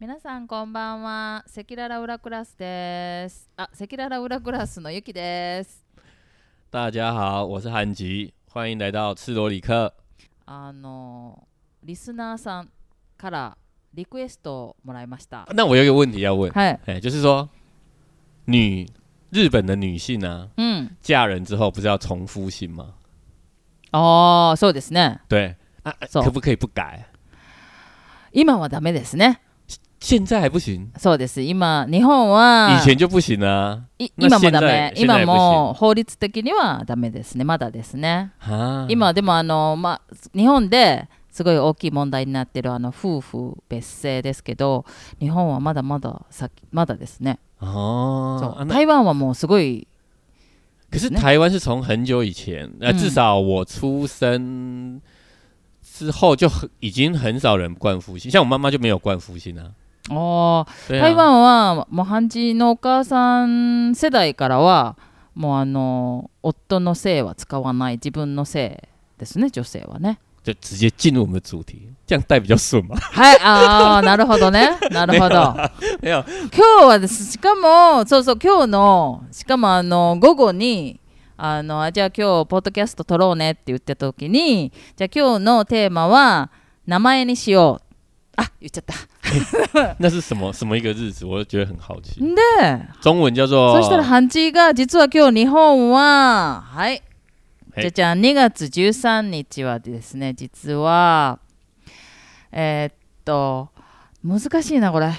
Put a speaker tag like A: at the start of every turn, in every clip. A: 皆さんこんばんは赤裸々裏クラスですあ赤裸々裏クラスのゆきです
B: 大家好，我是韩吉，欢迎来到赤裸里克。
A: あのリスナーさんからリクエストをもらいました
B: 那我有一个问题要问，
A: はい
B: 哎、就是说，女日本的女性啊，
A: うん
B: 嫁人之后不是要重夫姓吗？
A: ああそうですね
B: 对啊，啊
A: 走
B: 可不可以不改？
A: 今はダメですね
B: 现在还不行，
A: そうです今日本は
B: 以前就不行啊
A: い
B: ま
A: 今
B: あ
A: も
B: 現
A: ダ
B: 在
A: メ
B: 現在
A: 今
B: 不
A: も
B: 行
A: 法律的にはダメですねまだですね
B: 啊！
A: 今でもあの、まあ、日本ですごい大きい問題になってるあの夫婦別姓ですけど日本はまだまだ先まだですね、
B: 哦
A: そ，
B: 啊
A: う
B: 那
A: 台湾はもうすごい
B: 可是
A: 那
B: 台湾是从很久以前，呃，
A: 嗯
B: 至少我出生之后就很已经很少人冠夫姓，像我妈妈就没有冠夫姓啊。
A: あー
B: 对啊
A: 台湾はもうハンジのお母さん世代からはもうあの夫の姓は使わない自分の姓ですね女性はね
B: 就直接进入我们的主题，这样带比较顺嘛。
A: はいああなるほど ねなるほど
B: 没有，
A: 今日はですしかもそうそう今日のしかもあの午後にあのあじゃあ今日ポッドキャスト撮ろうねって言ってた時にじゃあ今日のテーマは名前にしようあ言っちゃった
B: 那是什么什么一个日子？我就觉得很好奇。
A: で
B: 中文叫做
A: そしたらハンチが実は今日日本ははい
B: は
A: じ
B: い
A: ゃじゃん2月13日はですね実はえーっと難しいなこれ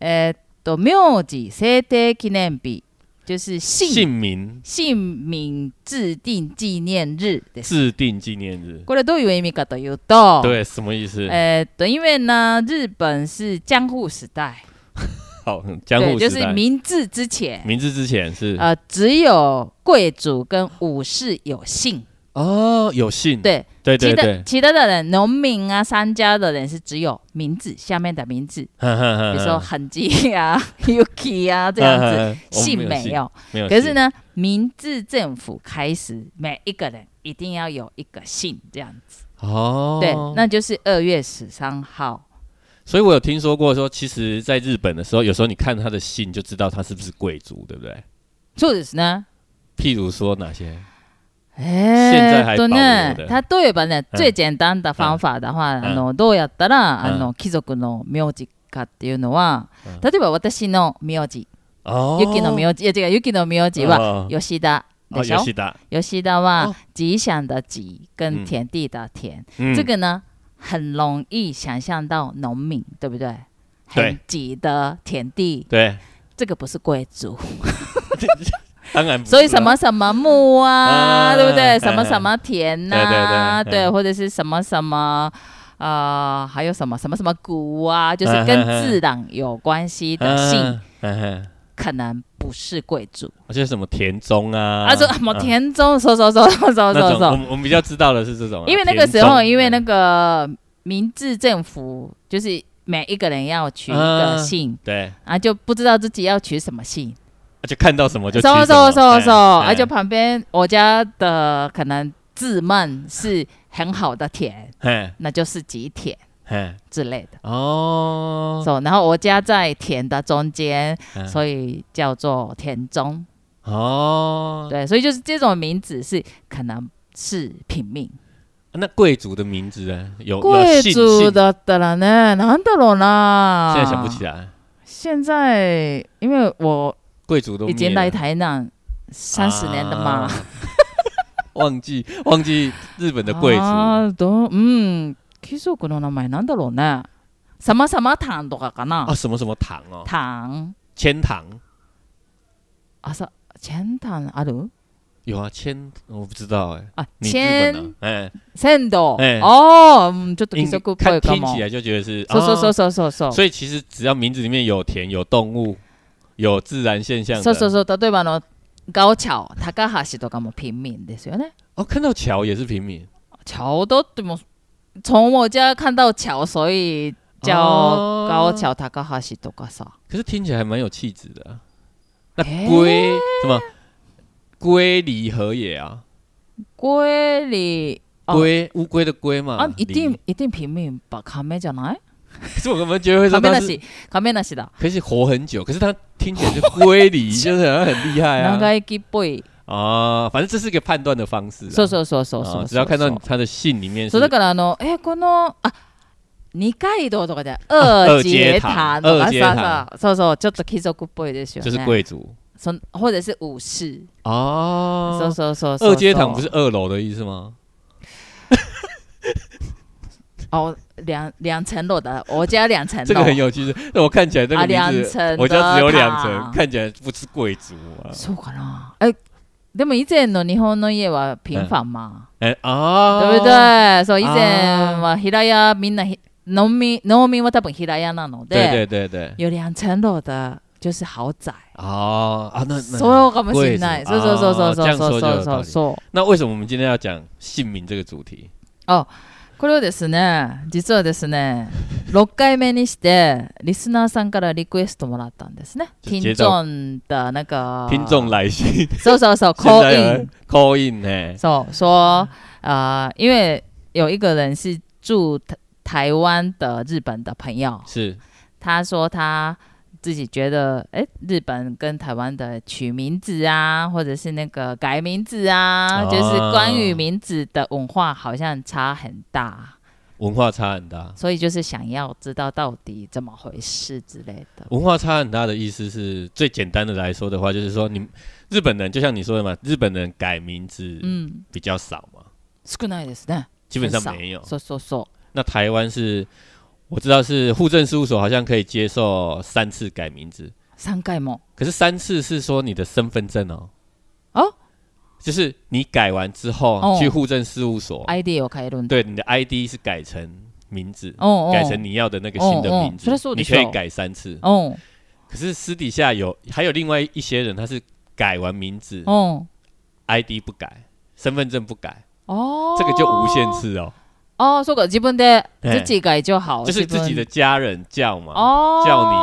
A: えーっと名字制定記念日就是
B: 姓
A: 姓
B: 名
A: 姓名制定紀念日です
B: 制定纪念日。
A: これどういう意味かというと
B: 对，什么意思？
A: えーっと因为呢日本是江户時代
B: 好，嗯江
A: 对
B: 户时
A: 就是
B: 代。
A: 明治之前
B: 明治之前是
A: 呃，只有贵族跟武士有姓，
B: 哦，有姓。
A: 对，
B: 对对
A: 其他
B: 对，
A: 其他的人，农民啊、商家的人是只有名字下面的名字，比
B: 哈哈哈
A: 如说痕迹啊、Yuki 啊这样
B: 嗯
A: 子，姓没，有。
B: 没有姓。
A: 可是呢，明治政府开始，每一个人一定要有一个姓，这样子。
B: 哦，
A: 对，那就是二月十三号。
B: 所以我有听说过说，其实在日本的时候，有时候你看他的姓就知道他是不是贵族，对不对？
A: そうですね。
B: 譬如说哪些？
A: えー
B: 哎
A: っとね
B: 現在还保留、的嗯
A: 例えばね、
B: うん
A: 最簡単な方法啊だは、
B: ん
A: あのどうやったら、
B: うん
A: あの貴族の名字かっていうのは、
B: うん
A: 例えば私の名字、
B: 哦，
A: ユキの名字、いや違う、ユキの名字は
B: 哦
A: 吉田
B: 哦，
A: でしょ、
B: 吉达，
A: 吉田は
B: 哦
A: 吉祥的吉跟
B: 嗯
A: 田地的田，
B: 嗯
A: 这个呢很容易想象到农民，对不对？
B: 对
A: 很挤的田地，
B: 对，
A: 这个不是贵族。
B: 当然不是啊，
A: 所以什么什么木啊，
B: 啊
A: 对不对？
B: 哎
A: 什么什么田呐、
B: 对对对
A: 对，
B: 嗯
A: 或者是什么什么。呃，还有什么什么什么谷啊，就是跟
B: 嗯嗯嗯
A: 自然有关系的姓，
B: 嗯，嗯嗯
A: 可能不是贵族。
B: 而且什么田中啊，
A: 啊，说什么田中，说说说说说
B: 那
A: 说
B: 种，我
A: 说，
B: 们我们比较知道的是这种啊，
A: 因为那个时候，因为那
B: 个
A: 个明治政府就是每一个人要取一个
B: 嗯
A: 姓，
B: 对，
A: 啊，就不知道自己要取什么姓，
B: 就看到什么就取
A: 搜
B: 什么
A: 搜搜搜，而
B: 哎哎
A: 且旁边我家的可能自慢是很好的田，
B: 哎
A: 那啊就是吉田
B: 哎
A: 之类的。
B: 哦，
A: so, 然后我家在田的中间，
B: 嗯
A: 所以叫做田中。
B: 哦，
A: 对，所以就是这种名字是可能是平民。
B: 啊那贵族的名字呢？有
A: 贵
B: 有姓
A: 族
B: 姓
A: だったらね、なんだろうな。
B: 现在想不起来，
A: 现在因为我
B: 贵族都
A: 已经
B: 灭
A: 来
B: 了
A: 台南三十年了嘛。
B: 啊忘记忘记日本的贵族
A: あーどううん貴族の名前なんだろうねさまさまタンとかかな
B: 啊，什么什么堂哦，
A: タン
B: 千堂
A: あさチェンタンある
B: 有啊，千我不知道哎，
A: あ
B: 你
A: チ
B: 日
A: ェ
B: 本
A: ン
B: 呢？哎，
A: 鮮度
B: ええ
A: ああうんちょっと貴
B: 应
A: 族っぽ
B: 看
A: いか
B: 听
A: も
B: 起来就觉得是，
A: そうそう
B: 哦
A: そうそうそうそう
B: 所以其实只要名字里面有田、有动物、有自然现象的，
A: そうそうそう例えばあのガオチャオ高橋とかも平民ですよね
B: 哦，看到桥也是平民，
A: チャオドっても从我家看到桥所以叫
B: 哦
A: ガオチャオ高橋とかさ
B: 可是听起来还蛮有气质的啊、那
A: 诶
B: 龟、什么龟离和也啊？
A: これよりあ
B: 龟乌龟的龟嘛？
A: 啊あ一
B: 梨
A: 定一定平民ばっかめじゃない
B: 可是我们觉得会说
A: 亀
B: 他是，
A: 梨亀梨だ
B: 可是活很久，可是他听起来是归理，就是好像很厉害 啊
A: 長生きっぽい
B: 啊，反正这是一个判断的方式啊。
A: そうそうそうそう
B: 啊
A: そう
B: 只要看到
A: そう
B: 他的信里面
A: そ
B: 是
A: うだからあのえこのあ二階堂とかで
B: 二
A: 二
B: 階
A: 階
B: 堂
A: 堂とか
B: 二階堂
A: さそうそうそうちょっと貴族っぽいですよ
B: 就是
A: ね。
B: 贵族
A: そん或者是武士。
B: 啊。
A: そうそうそうそう。
B: 二阶堂不是二楼的意思吗？
A: 哦，两两层楼的，我家两层楼。
B: 这个很有趣，是那我看起来这
A: 啊
B: 个名
A: 两
B: 字，
A: 层
B: 我家只有
A: 的
B: 两
A: 塔
B: 层，看起来不是贵族啊。
A: そうかな。え、でも以前の日本の家は平凡嘛，
B: 哎啊，
A: 对不？对？そう以
B: あ
A: 前は平屋みんなひ農民農民は多分平屋なの
B: 对
A: で、
B: 对对对，
A: 有两层楼的就是豪宅。
B: 啊啊，那那
A: そうかもしれない。
B: 貴
A: そう
B: 族
A: そうそうそうそうそう
B: あー这样说就
A: そ
B: 有
A: う
B: 道
A: そ
B: 理
A: うそう。
B: 那为什么我们今天要讲姓名这个主题？
A: これをですね、実はですね、6回目にして、リスナーさんからリクエストもらったんですね。
B: じゃ
A: 听
B: 接着
A: 众的那个，
B: 听众来 信，
A: そうそうそう、
B: 现在
A: 啊
B: 有
A: call in，
B: 人 call in 呢，
A: そう、说啊、呃因为有一个人是住台台湾的日本的朋友，
B: 是
A: 他说他自己觉得，哎，日本跟台湾的取名字啊，或者是那个改名字啊，就是关于
B: 哦
A: 名字的文化好像差很大。
B: 文化差很大。
A: 所以就是想要知道到底怎么回事之类的。
B: 文化差很大的意思是最简单的来说的话，就是说你日本人就像你说的嘛，日本人改名字
A: 嗯，
B: 比较少嘛，
A: 少ないですね。
B: 基本上没有。
A: そうそうそう。
B: 那台湾是我知道是户政事务所好像可以接受三次改名字，
A: 三回も。
B: 可是三次是说你的身份证哦。
A: 哦，
B: 就是你改完之后、
A: 哦
B: 去户政事务所，
A: ID を変えるんだ。
B: 哦对你的 ID 是改成名字，
A: 哦
B: 改成你要的那个新的名
A: 哦
B: 字，
A: 哦それそう
B: 你
A: でし
B: 可
A: ょ
B: 以改三次。
A: 哦
B: 可是私底下有还有另外一些人，他是改完名字、
A: 哦
B: ID 不改，身份证不改，
A: 哦，
B: 这个就无限。次哦，
A: 哦，そうか。自分で
B: 哎
A: 自己改就好。
B: 就是自己的家人叫嘛，
A: 哦，
B: 叫你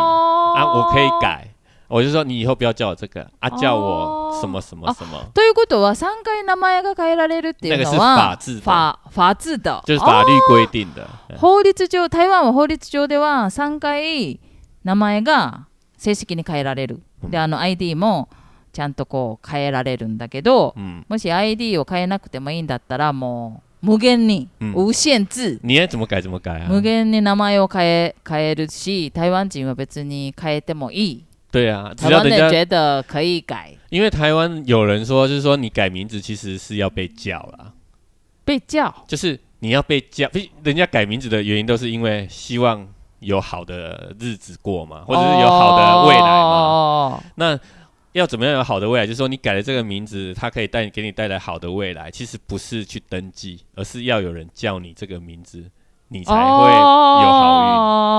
B: 啊，我可以。改，我就说你以后不要叫我这个啊，叫我
A: 哦
B: 什么什么什么，
A: ということは三回名前が変えられるっていうの
B: 那个是法
A: は
B: 治的
A: 法法治的。
B: 就是法律规定的。嗯
A: 法律上台湾は法律上では3回名前が正式に変えられる
B: うん
A: であの ID もちゃんとこう変えられるんだけど
B: 嗯，
A: もし ID を変えなくてもいいんだったらもう無限に
B: うん
A: 無限制
B: 你爱怎么改怎么改啊，
A: 無限に名前を変え変えるし台湾人は別に変えてもいい
B: 对啊，只
A: 台
B: 要
A: 湾
B: 人
A: 人
B: 家
A: 觉得可以改
B: 因为台湾有人说，就是说你改名字其实是要被叫啦，
A: 被叫
B: 就是你要被叫，毕人家改名字的原因都是因为希望有好的日子过嘛，或者是有好的未来嘛。
A: 哦
B: 那要怎么样有好的未来？就是说你改了这个名字，它可以带给你带来好的未来。其实不是去登记，而是要有人叫你这个名字，你才会有好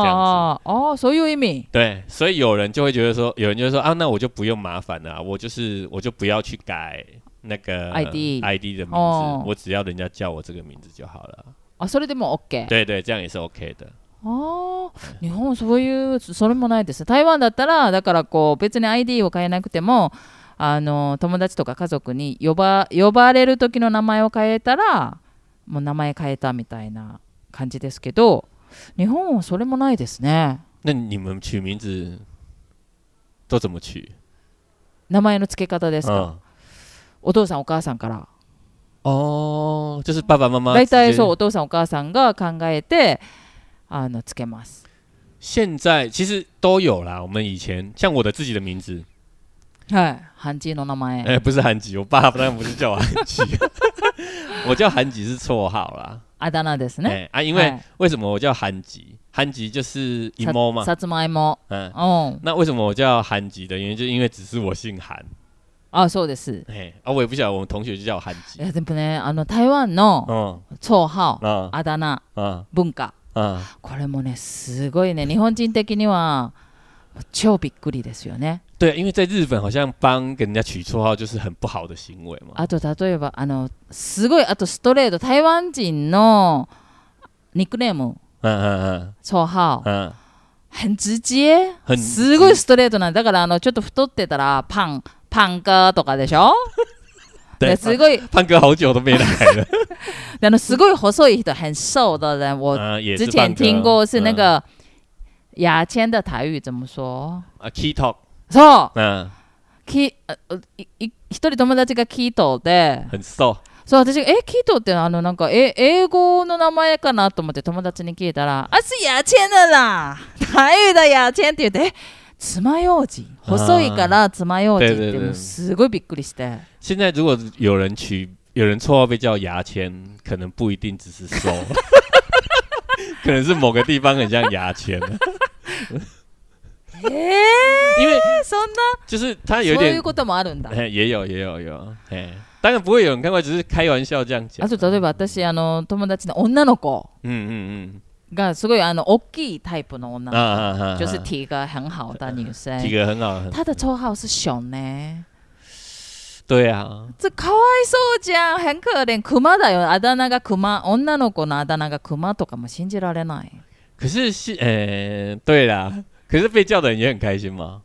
B: 运。这样
A: 哦哦そういう意味
B: 对，所以有人就会觉得说，有人就会说啊，那我就不用麻烦了啊、我就是啊我就不要去改那个
A: ID
B: ID 的名字，
A: 哦
B: 我只要人家叫我这个名字就好了啊。
A: あそれでも OK
B: 对对，这样也是 OK 的。
A: ああ、日本はそういう、それもないです。台湾だったら、だからこう、別に ID を変えなくても、あの、友達とか家族に呼ば、呼ばれる時の名前を変えたら、もう名前変えたみたいな感じですけど、日本はそれもないですね。
B: 那你们取名字都怎么取？
A: 名前の付け方ですか。
B: 嗯，
A: お父さん、お母さんから。
B: 哦，就是爸爸妈妈。
A: 大体そう、
B: 说，
A: お父さん、お母さんが考えて、あの、つけます。
B: 现在其实都有啦。我们以前像我的自己的名字，
A: はい。漢字の名前。
B: 哎、不是韩吉，我爸当然不是叫我韩吉， 我叫韩吉是绰号啦。
A: あだ名ですね。
B: 哎、啊，因为、
A: はい
B: 为什么我叫韩吉？韩吉就是一
A: さ
B: 摸嘛，
A: さつまいも。
B: 嗯。
A: うん。
B: 那为什么我叫韩吉的原因，就是因为只是我姓韩，
A: あ、そうです。
B: 哎、啊，我也不晓得我们同学就叫我韩
A: い
B: 吉，
A: やでもねあの台湾の
B: 嗯，
A: 绰号、
B: 啊
A: あだ名
B: 啊
A: 文化
B: 啊，
A: これもねすごいね日本人的には超びっくりですよね
B: 对，因为在日本好像帮给人家取绰号就是很不好的行为嘛，
A: あと例えばあのすごいあとストレート台湾人のニックネーム
B: 嗯嗯
A: 绰号
B: 嗯嗯，
A: 很直接
B: 很
A: すごいストレートなんだからあのちょっと太ってたらパンパンかとかでしょ
B: 对，啊
A: ですごい
B: 胖哥好久都没来了，
A: あのすごい細い人很瘦的人我
B: 嗯，也
A: 之
B: 是
A: 前
B: 胖哥
A: 听过是那，个牙签的台语怎么说？
B: 啊，key talk，
A: そう、
B: 嗯，
A: き、あいい一人友達がキートで、
B: 很瘦，
A: そう私がえキートってあのなんかえ英語の名前かなと思って友達に聞いたら、あ是牙签的啦，台语的牙签って言って。え爪楊枝細いから爪楊枝っ
B: 对对
A: て
B: 对
A: もうすごいびっくりして
B: 现在如果有人取有人绰号被叫牙签，可能不一定只是瘦， 可能是某个地方很像牙签，啊
A: えー、
B: 因为
A: そんな
B: 就是他有
A: そうい
B: 点
A: うこともあるんだ
B: 哎，也有也有有，哎，当然不会有人看过，只是开玩笑这样讲。
A: あと例えば私あの友達の女の子
B: 嗯嗯
A: がすごいあの大きいタイプの女の
B: 嗯，
A: 子
B: 啊啊啊，
A: 就是
B: 体
A: 体格很好的女生。
B: 格很好，很
A: 她的绰号是熊呢，
B: 对啊，
A: 这かわいそうじゃん、很可怜。熊だよ、あだ名が熊、女の子のあだ名が熊とかも信じられない。
B: 可是是，呃，对啦，可是被叫的人也很开心嘛，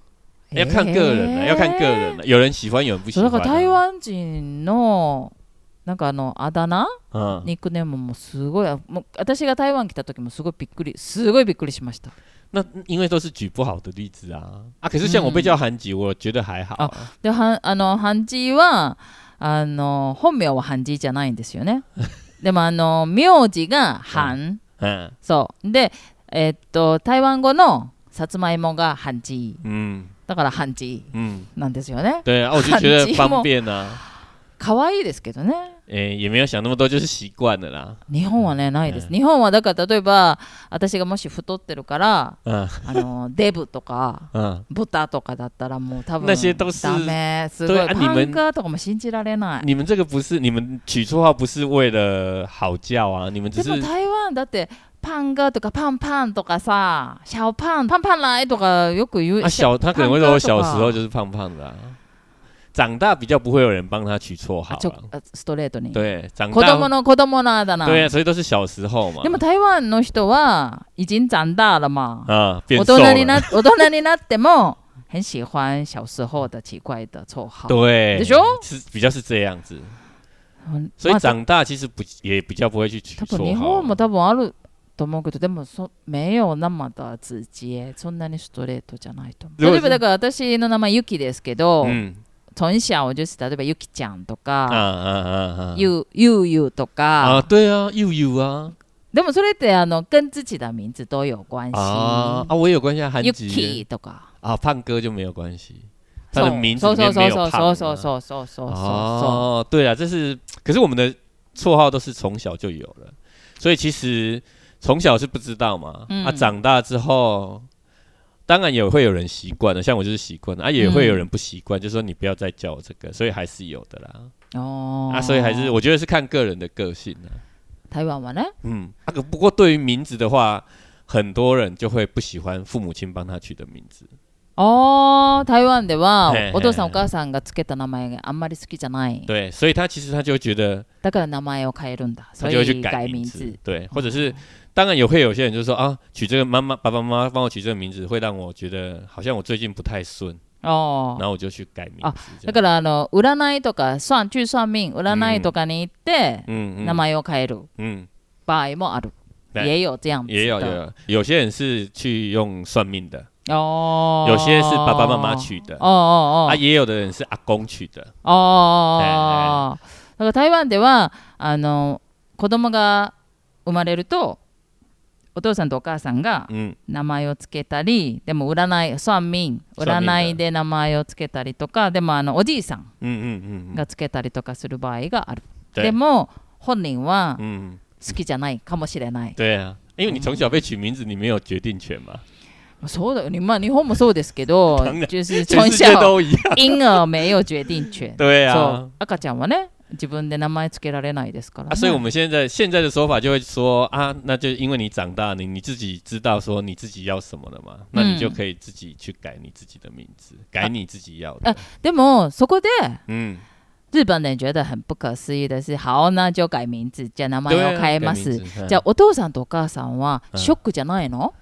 B: 要看个人了，
A: えー
B: 要看个人了，啊有人喜欢，有人不喜
A: そう
B: 欢
A: だから台
B: 啊。
A: 湾人のなんかあのあだ名、
B: 嗯，
A: ニックネームもすごい、もう私が台湾来た時もすごいびっくり、すごいびっくりしました。
B: 那因为都是举不好的例子啊啊，可是像我被叫韩吉，我觉得还好啊。
A: で、はあの漢字はあの本名は漢字じゃないんですよね。でもあの名字が漢、
B: 嗯
A: そうでえっと台湾語のさつまいもが漢字
B: 嗯
A: だから漢字
B: 嗯，
A: なんですよね。
B: 对啊，我就觉得
A: 韩吉吗
B: 方便啊，
A: 可愛いですけどね。
B: 诶，也没有想那么多，就是习惯了啦。
A: 日本はねないです。
B: うん
A: 日本はだから例えば私がもし太ってるから
B: 嗯
A: あ のデブとか。
B: 嗯，
A: 豚とかだったらもう多分
B: 那些都是
A: ダメすごい
B: 对啊你
A: パ
B: 们
A: ンカーとかも信じられない
B: 你们这个不是你们取绰号不是为了好叫啊，你们只
A: ですも台湾だってパンガとかパンパンとかさ、小パンパンパン来とかよく言う。
B: 啊小他可能会说
A: 胖
B: 我
A: 哥
B: 小
A: 的吧
B: 时候就是胖胖的、啊，长大比较不会有人帮他取绰号
A: あちょ
B: 了。
A: あストレートに。
B: 对，长
A: 子供
B: 大
A: の子供のあだ名。
B: 对啊，所以都是小时候嘛
A: で。も台湾の人は已经长大了嘛。
B: 啊，变
A: 大
B: 瘦
A: 人にな
B: 了。
A: 大人になっても很喜欢小时候的奇怪的绰号。
B: 对
A: でしょ？
B: 是比较是这样子，
A: うん
B: 所以
A: まあ
B: 长大其实不也比较不会去
A: 多
B: 取
A: 分日本も
B: 绰号。
A: 多分あると思うけど、でもそ没有那么的直接、そんなにストレートじゃないと思う。例
B: どうで
A: え
B: す
A: ばだから私の名前ユキですけど。
B: 嗯
A: 从小就是例えばゆきちゃんと
B: 啊
A: か、
B: 啊啊啊！
A: ゆゆうゆうと
B: 啊，
A: か、
B: 对啊，又有啊
A: でもそれってあの跟自己的名字都有关系。
B: 啊啊！我也有关系啊，韩
A: ゆ
B: 吉
A: きとか。
B: 啊，胖哥就没有关系，他的名字
A: そう
B: 里
A: そうそう
B: 面没有
A: そう
B: 胖
A: そ
B: 啊。
A: うそうそうそうそうそ
B: 哦，对啊，这是可是我们的绰号都是从小就有了，所以其实从小是不知道嘛，
A: 嗯
B: 啊，长大之后。当然也会有人习惯的，像我就是习惯了啊，也会有人不习
A: 嗯
B: 惯，就说你不要再叫我这个，所以还是有的啦。
A: う。哦
B: 啊，所以还是我觉得是看个人的个性啊。
A: 台湾はね。
B: 嗯，啊，可不过对于名字的话，很多人就会不喜欢父母亲帮他取的名字。
A: 哦，台湾では
B: へー
A: お父さんお母さんがつけた名前があんまり好きじゃない。
B: 对，所以他其实他就觉得
A: だから名前を変えるんだ。
B: 他
A: 所
B: 就会
A: 以
B: 去
A: 改
B: 改
A: 名
B: 名
A: 字哦
B: 字。。对，或者是、当然也会有些人就说啊，取这个妈妈爸爸妈妈帮我取这个名字，会让我觉得好像我最近不太顺，
A: 哦
B: 然。后我就去改名字。
A: 啊
B: 这
A: だ
B: 样
A: からあの占いとか算中算命占いとかに行って、
B: 嗯
A: 名
B: 嗯
A: 前を変える。
B: 嗯，
A: 場合もある。
B: ね
A: 也有这样子的
B: 也有也有，有些人是去用算命的，
A: 哦，
B: 有些是爸爸妈妈取的，
A: 哦哦
B: 啊，
A: 哦
B: 也有的人是阿公取的。
A: 哦哦哦。だから台湾ではあの子供が生まれるとお父さんとお母さんが
B: 嗯，
A: 名前をつけたり、でも占い、算命、
B: 算命
A: 占いで名前をつけたりとか、でもあのおじいさん
B: 嗯嗯嗯嗯，
A: がつけたりとかする場合がある。で
B: 对，
A: も本人は
B: 嗯，
A: 好きじゃないかもしれない。
B: 对啊，因为你从小被取名字，你没有决定权嘛，
A: そうだよね。まあ日本もそうですけど
B: 当、然
A: 就是
B: 全
A: 从
B: 世界
A: 小
B: 都一样。
A: 婴儿没有决定权。
B: 对
A: そう
B: 啊，
A: 赤ちゃんはね自分で名前つけられないですから、ね
B: 啊，所以我们现在现在的说法就会说啊，那就因为你长大，你你自己知道说你自己要什么了嘛，
A: 嗯
B: 那你就可以自己去改你自己的名字，
A: 啊
B: 改你自己要的。
A: でもそこで
B: 嗯，
A: 日本人觉得很不可思议的是好那就改名字じゃあ名前
B: 对
A: を
B: 啊，
A: 変え
B: 改
A: ま
B: 名
A: す
B: 字嗯
A: じゃあお父さんとお母さんは
B: うん
A: ショックじゃないの、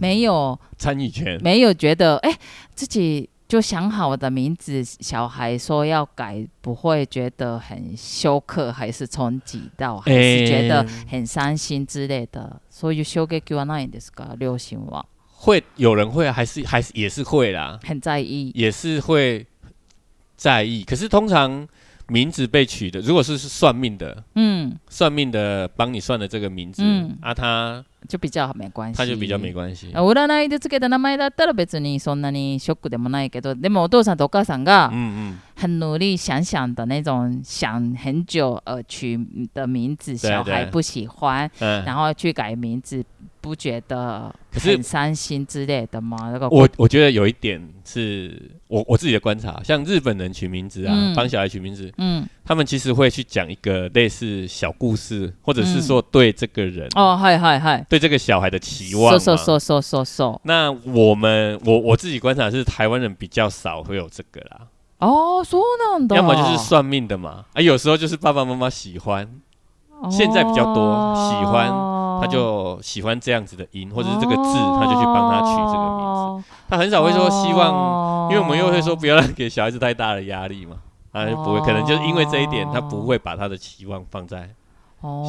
A: 没有
B: 参与权。
A: 没有觉得哎自己就想好我的名字，小孩说要改，不会觉得很羞愧，还是冲击到，还是觉得很伤心之类的。そういう衝撃はないんですか、両親は。
B: 会有人会啊还是还是也是会啦，
A: 很在意。
B: 也是会在意。可是通常名字被取的，如果是是算命的，
A: 嗯，
B: 算命的帮你算的这个名字，
A: 嗯
B: 啊他
A: 就比较没关系。
B: 他就比较没关系。
A: 占いでつけた名前だったら別にそんなにショックでもないけど、でもお父さんとお母さんが
B: 嗯嗯，
A: 很努力想想的那种想很久而取的名字，
B: 对啊
A: 小
B: 对
A: 孩
B: 啊
A: 不喜欢，
B: 嗯，
A: 然后去改名字，不觉得
B: 可是
A: 很伤心之类的吗？那个
B: 我我觉得有一点是我我自己的观察，像日本人取名字啊
A: 嗯，
B: 帮、小孩取名字，
A: 嗯
B: 他们其实会去讲一个类似小故事，或者是
A: 嗯
B: 说对这个人、
A: 哦，嗨嗨嗨，
B: 对这个小孩的期望嘛。
A: 说说说说说
B: 那我们我我自己观察是台湾人比较少会有这个啦，
A: 哦，そうなんだ。
B: 要么就是算命的嘛，啊，有时候就是爸爸妈妈喜欢，现在比较多喜欢
A: 哦
B: 他就喜欢这样子的音或者是这个字，他就去帮他取这个名字。
A: 名字。
B: 他很少会说希望，
A: 哦
B: 因为我们又会说不要让给小孩子太大的压力嘛，他就不会，可能就是因为这一点，他不会把他的期望放在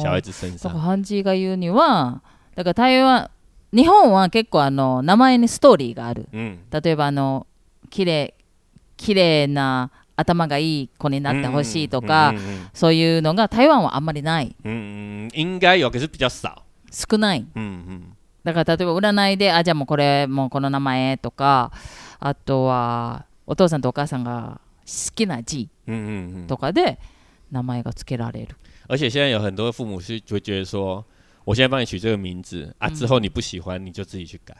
B: 小孩子身
A: だ
B: 上
A: から。ハンジが言うにはだから台湾日本は結構あの名前にストーリーがある
B: 嗯
A: 例えばあの綺麗綺麗な頭がいい子になってほしいとか、
B: 嗯嗯
A: そういうのが台湾はあんまりない
B: 嗯嗯，应该有，可是比较少。
A: 少ない
B: 嗯嗯
A: だから例えば占いであじゃあもうこれもうこの名前とかあとはお父さんとお母さんが好きな字
B: 嗯嗯嗯。
A: とかで名前が付けられる、
B: 而且现在有很多父母是就觉得说，我现在帮你取这个名字啊，之后你不喜欢你就自己去改。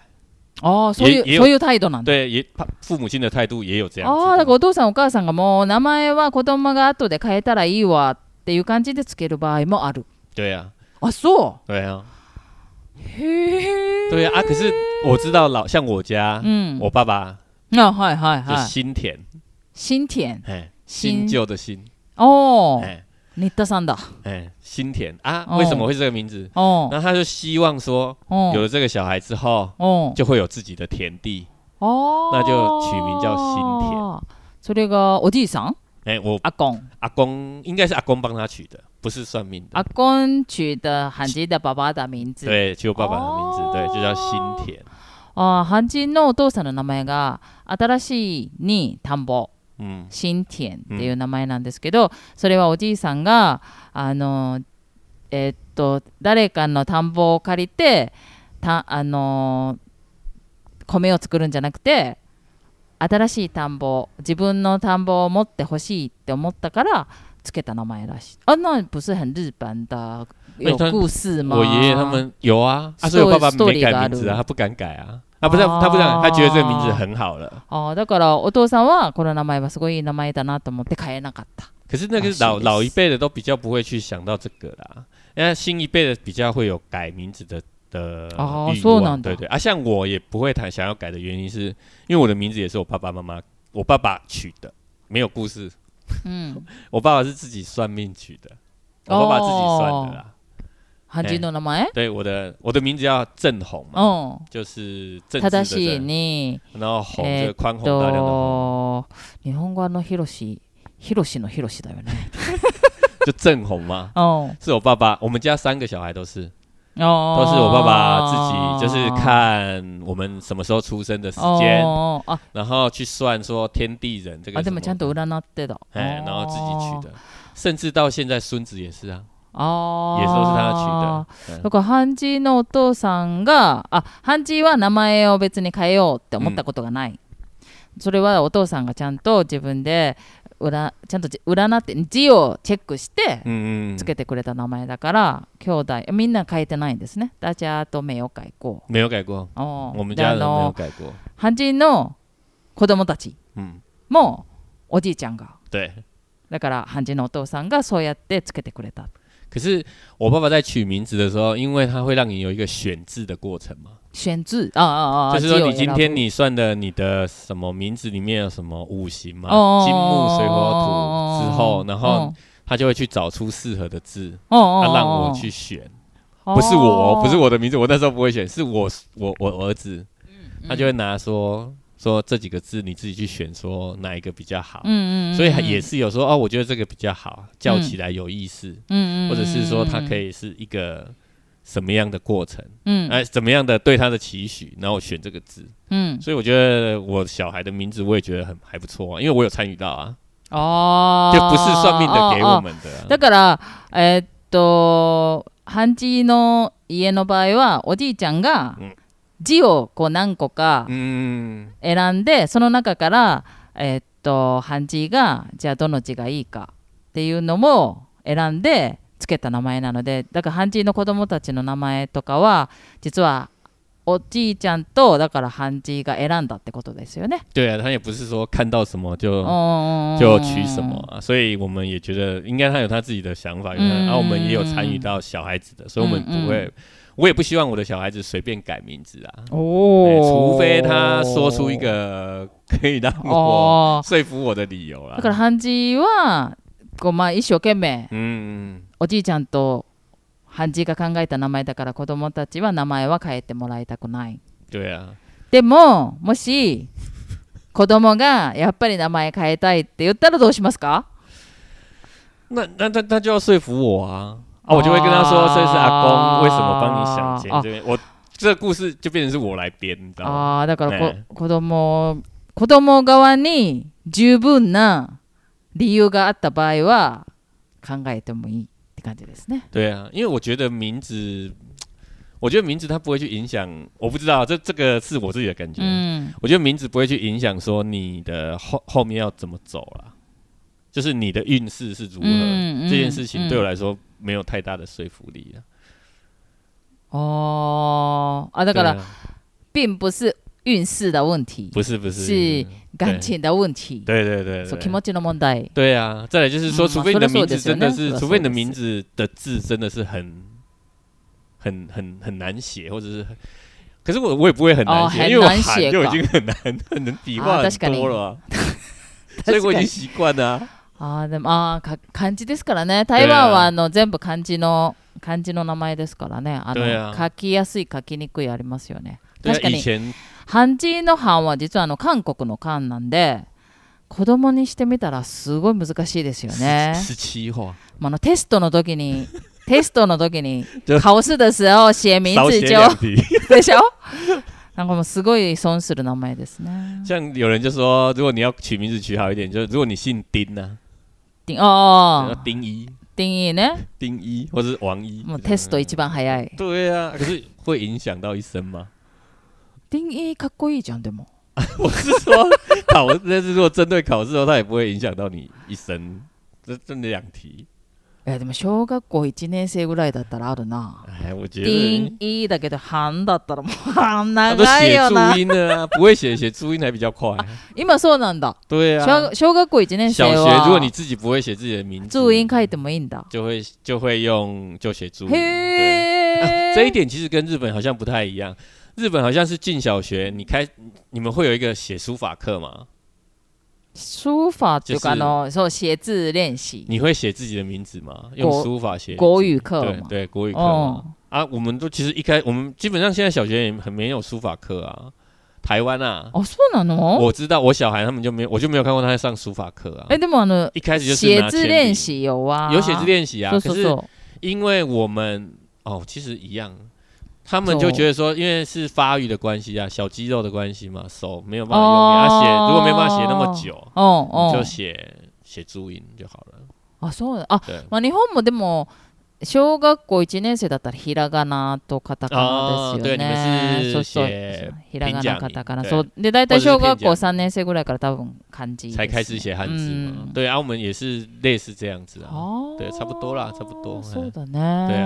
A: ああそうい
B: いいう
A: そういう態度なんだ
B: 对，也怕父母亲的态度也有这样
A: ああだから
B: 子的。
A: お父さんお母さんがもう名前は子供が後で変えたらいいわっていう感じでつける場合もある
B: 对啊，
A: あそ
B: 对啊，
A: うへえ
B: 对啊啊！可是我知道老像我家，
A: うん
B: 我爸爸
A: あはいはい
B: 就
A: はい
B: 新田，
A: 新田
B: 哎，
A: 新
B: 新旧的新，
A: おお
B: 哎
A: 新田さんだ
B: 哎，新田
A: 哦哦
B: 啊，为什么会是这个名字？
A: お
B: 然后他就希望说，
A: お
B: 有了这个小孩之后，
A: お
B: 就会有自己的田地。
A: お
B: 那就取名叫新田
A: それがおじいさん
B: 哎，我
A: 阿公
B: 阿公应该是阿公帮他取的，不是算命的。
A: 阿公取的汉字的爸爸的名字
B: 对，取我爸爸的名字，
A: 哦
B: 对，就叫新田。
A: あー漢字のお父さんの名前が新しいに田んぼ
B: 嗯
A: 新田っていう名前なんですけど、それはおじいさんがあのえーっと誰かの田んぼを借りてたあの米を作るんじゃなくて新しい田んぼ自分の田んぼを持ってほしいって思ったからつけた名前らしい。あ、那不是很日本的有
B: 他
A: 故事吗？
B: 我爷爷他们有啊，啊，
A: Story-
B: 所以我爸爸没
A: story
B: 改
A: があ
B: 名
A: る
B: 字啊，他不敢改啊，啊，不是他不敢，他觉得这个名字很好了。
A: あーだからお父さんはこの名前はすごいいい名前だなと思って変えなかった。
B: 可是那个
A: 啊
B: 老
A: 是
B: 老一辈的都比较不会去想到这个啦，那新一辈的比较会有改名字的的
A: 哦
B: 欲
A: そうな
B: 望，
A: んだ
B: 对对啊，像我也不会太想要改的原因是，因为我的名字也是我爸爸妈妈我爸爸取的，没有故事，
A: うん。
B: 我爸爸是自己算命取的，我爸爸自己算
A: 哦
B: 的啦，
A: 漢字の名前？
B: 对我的我的名字叫正红嘛，
A: うん。
B: 就是正直的
A: 正しい
B: 正，
A: に、
B: 然后红
A: え
B: 就
A: ー
B: 是宽宏大量的
A: と、
B: 红，
A: 日本語のヒロシ、ヒロシのヒロシだよね。
B: 就正红嘛。
A: うん。
B: 是我爸爸，我们家三个小孩都是，
A: 都
B: 都是我爸
A: 哦
B: 爸自己，就是看我们什么时候出生的时间，
A: あ、あ
B: 然后去算说天地人这个
A: で
B: 什
A: も
B: 么
A: ちゃんと占ってた。
B: 哎，然后自己取的，甚至到现在孙子也是啊，
A: ああ。
B: 也都是他取的。
A: だから、ハンジーのお父さんが、あ、ハンジーは名前を別に変えようって思ったことがない。それはお父さんがちゃんと自分で、占ちゃんとじ占って、字をチェックして、
B: 嗯嗯
A: つ
B: 嗯，
A: けてくれた名前だから、兄弟みんな変えてないんですね。ダジャーと名を変えこ
B: 没有改过，
A: う。おー
B: 我们
A: で
B: 家
A: あ
B: 人没
A: の
B: 有改过。
A: 漢字の子供たち
B: 嗯，
A: もおじいちゃんが。
B: 对。
A: だから漢字のお父さんがそうやってつけてくれた。
B: 可是我爸爸在取名字的时候，因为他会让你有一个选字的过程嘛，
A: 选字ああああ
B: 就是说你今天
A: 字を選ぶ
B: 你算的你的什么名字里面有什么五行嘛，
A: 哦
B: 金木水火土之后，然后
A: 嗯
B: 他就会去找出适合的字，
A: 哦哦
B: 他让我去选，不是我，哦不是我的名字，我那时候不会选，是我我我儿子，
A: 嗯
B: 他就会拿说说这几个字你自己去选，说哪一个比较好，
A: 嗯嗯，
B: 所以
A: 嗯
B: 也是有说哦，我觉得这个比较好，叫起来有意思，
A: 嗯嗯，
B: 或者是说它可
A: 以
B: 以是一个什么样的过程，
A: 嗯
B: 哎、怎么样的对他的期许，然后我选这个字。
A: 嗯，
B: 所以我觉得我小孩的名字我也觉得很还不错啊，因为我有参与到啊，
A: 哦、
B: 就不是算命的给我们的啊、
A: だから、えーっと、ハンジの家の場合は、おじいちゃんが
B: うん
A: 字をこう何個か
B: 嗯，
A: 選んで、その中から、えーっと、ハンジが、じゃあどの字がいいかっていうのも選んで、つけた名前なので、だからハンジの子供たちの名前とかは、実は、おじいちゃんと、だからハンジが選んだってことですよね。
B: 对啊，他也不是说看到什么就、
A: うん
B: 就取什么、啊，所以我们也觉得应该他有他自己的想法，有他
A: 嗯
B: 然后、我们也有参与到小孩子的，所以我们
A: 嗯嗯
B: 不会，我也不希望我的小孩子随便改名字啊，
A: 哦
B: 哎
A: おー
B: 除非他说出一个可以让我
A: おー
B: 说服我的理由啊
A: だ。からハンジはこう、まあ、一生懸命
B: 嗯，
A: おじいちゃんとハンジが考えた名前だから子供たちは名前は変えてもらいたくない
B: 对啊，
A: でももし子供がやっぱり名前変えたいって言ったらどうしますか
B: 那那那那就要说服我啊啊，我就会跟他说
A: 啊
B: 这是阿公为什么帮你想
A: 啊
B: 钱这边，我这故事就变成是我来编，你知道吗？
A: ああだからこ、
B: ね
A: 子供子供側に十分な理由があった場合は考えてもいいって感じですね。
B: 对啊，因为我觉得名字，我觉得名字它不会去影响，我不知道这这个是我自己的感觉。
A: うん、
B: 我觉得名字不会去影响说你的后后面要怎么走啦，就是你的运势是如何、
A: 嗯嗯
B: 这件事情
A: 嗯
B: 对我来说没有太大的说服力啊。
A: あーあだから
B: 对啊
A: 并不是运势的问题，
B: 不是不是
A: 是感情的问题，
B: 对对对
A: そう
B: 对
A: 気持ちの問題。
B: 对啊，再来就是说，
A: 嗯
B: 除非你的
A: 说
B: 名
A: 得
B: 字
A: 是有
B: 真的
A: 那
B: 是，
A: 说得
B: 除非你的
A: 是
B: 名字的字真的是很、很、很、很难写，或者是很，可是我我也不会很
A: 哦
B: 难写，
A: 很
B: 因为我
A: 难
B: 喊
A: 写
B: 就已
A: 稿
B: 经很难很能笔画
A: 啊
B: 很
A: 確かに
B: 多了啊、 所以我已经习惯了啊。
A: あーでもあーか漢字ですからね。台湾
B: 对
A: は
B: 啊
A: あの全部漢字の漢字の名前ですからね。あ
B: 对
A: の
B: 啊
A: 書きやすい書きにくいありますよね。
B: 对
A: 確か
B: 啊，以
A: に
B: 前
A: 漢字の漢は実はあの韓国の漢なんで。子供にしてみたらすごい難しいですよね。
B: 十七画，
A: まああのテストの時に、テストの時に
B: ちょ、
A: 考試的时候写名
B: 少
A: 字
B: 写
A: 就
B: 两题。
A: でしょなんかもうすごい損する名前ですね。
B: 像有人就说，如果你要取名字取好一点，就如果你姓丁呢、
A: ディ
B: 啊，
A: あ
B: 要
A: あ、
B: 丁一、
A: ディいいね。
B: 丁一，或者是王一，
A: もうテスト一番早い。
B: 对啊，可是会影响到一生吗？
A: ディいいかっこいいじゃん、でも。
B: 我是说 考，但是如果针对考试的话，它也不会影响到你一生。这这两题，
A: いや、でも小学校1年生ぐらいだったらあるな。
B: 哎，我觉
A: ディ
B: 得
A: いいだけど、ハンだったらもう、ハン
B: 他都
A: 長い
B: 写
A: よな
B: 注。音的啊，不会写写注音还比较快。啊
A: 今そうなんだ。
B: 对啊
A: 小，小学校1年生
B: 小学如果你
A: は、
B: 自己不会写自己的名字，
A: 啊注音書いてもいいんだ。
B: 就会就会用就写注音。对
A: へ
B: 这一
A: え。
B: 点其实跟日本好像不太一样。日本好像是进小学，你开你们会有一个写书法课嘛？
A: 書法っていうか、あ
B: 就是
A: の、そう、写字練習。
B: 你会写自己的名字吗？用
A: 国
B: 书法写字
A: 国语课
B: 对
A: 嘛。
B: 对，国语课嘛
A: 哦。
B: 啊，我们都其实一开，我们基本上现在小学也很没有书法课啊，台湾啊，
A: あ、そうなの
B: 我知道我小孩他们就没有，我就没有看过他在上书法课啊
A: え、，でもあの、
B: 一开始就是
A: 写
B: 拿铅
A: 字
B: 笔
A: 練习有啊，
B: 有写字练习啊，
A: そう
B: 可
A: そう
B: 是
A: そ
B: 因为我们哦，其实一样。他们就觉得说，因为是发育的关系啊，小肌肉的关系嘛，手没有办法用
A: 哦
B: 力，啊写、如果没办法写那么久，
A: う。うんう
B: 你就
A: ん。
B: 写写注音就好了。
A: あ、そうだ。あ、
B: 对，
A: まあ日本もでも小学校一年生だったらひらがなとカタカナですよ
B: あー
A: ね。
B: 啊对
A: そうそう
B: 你们是写
A: ひらが
B: 平
A: な
B: 假
A: カタカナ。
B: 名
A: そうで大体小
B: 或
A: 学
B: 者是平
A: 校
B: 假
A: 三年生ぐらいから多分漢字ですね
B: 才开始写汉字嘛。
A: うん
B: 对啊，我们也是类似这样子啊。
A: あー
B: 对差不多啦差不多
A: そうだね。
B: 对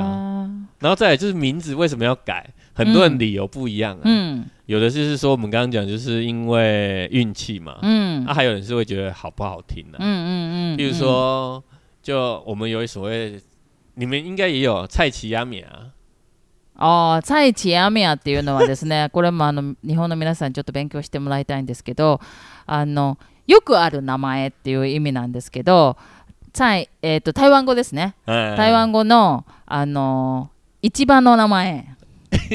B: 然后再来就是名字为什么要改，很多人理由不一样啊。
A: うん
B: 有的就是说我们刚刚讲，就是因为运气嘛。
A: うんうん
B: 啊，还有人是会觉得好不好听呢、
A: うんうんうん。
B: 比如说，就我们有所谓，你们应该也有蔡奇亚米啊。
A: ああ、蔡地アメアっていうのはですね、 これもあの日本の皆さんにちょっと勉強してもらいたいんですけど、あのよくある名前っていう意味なんですけど、蔡えー、と台湾語ですね。
B: 嗯
A: 台湾語の、あの市場の名 前、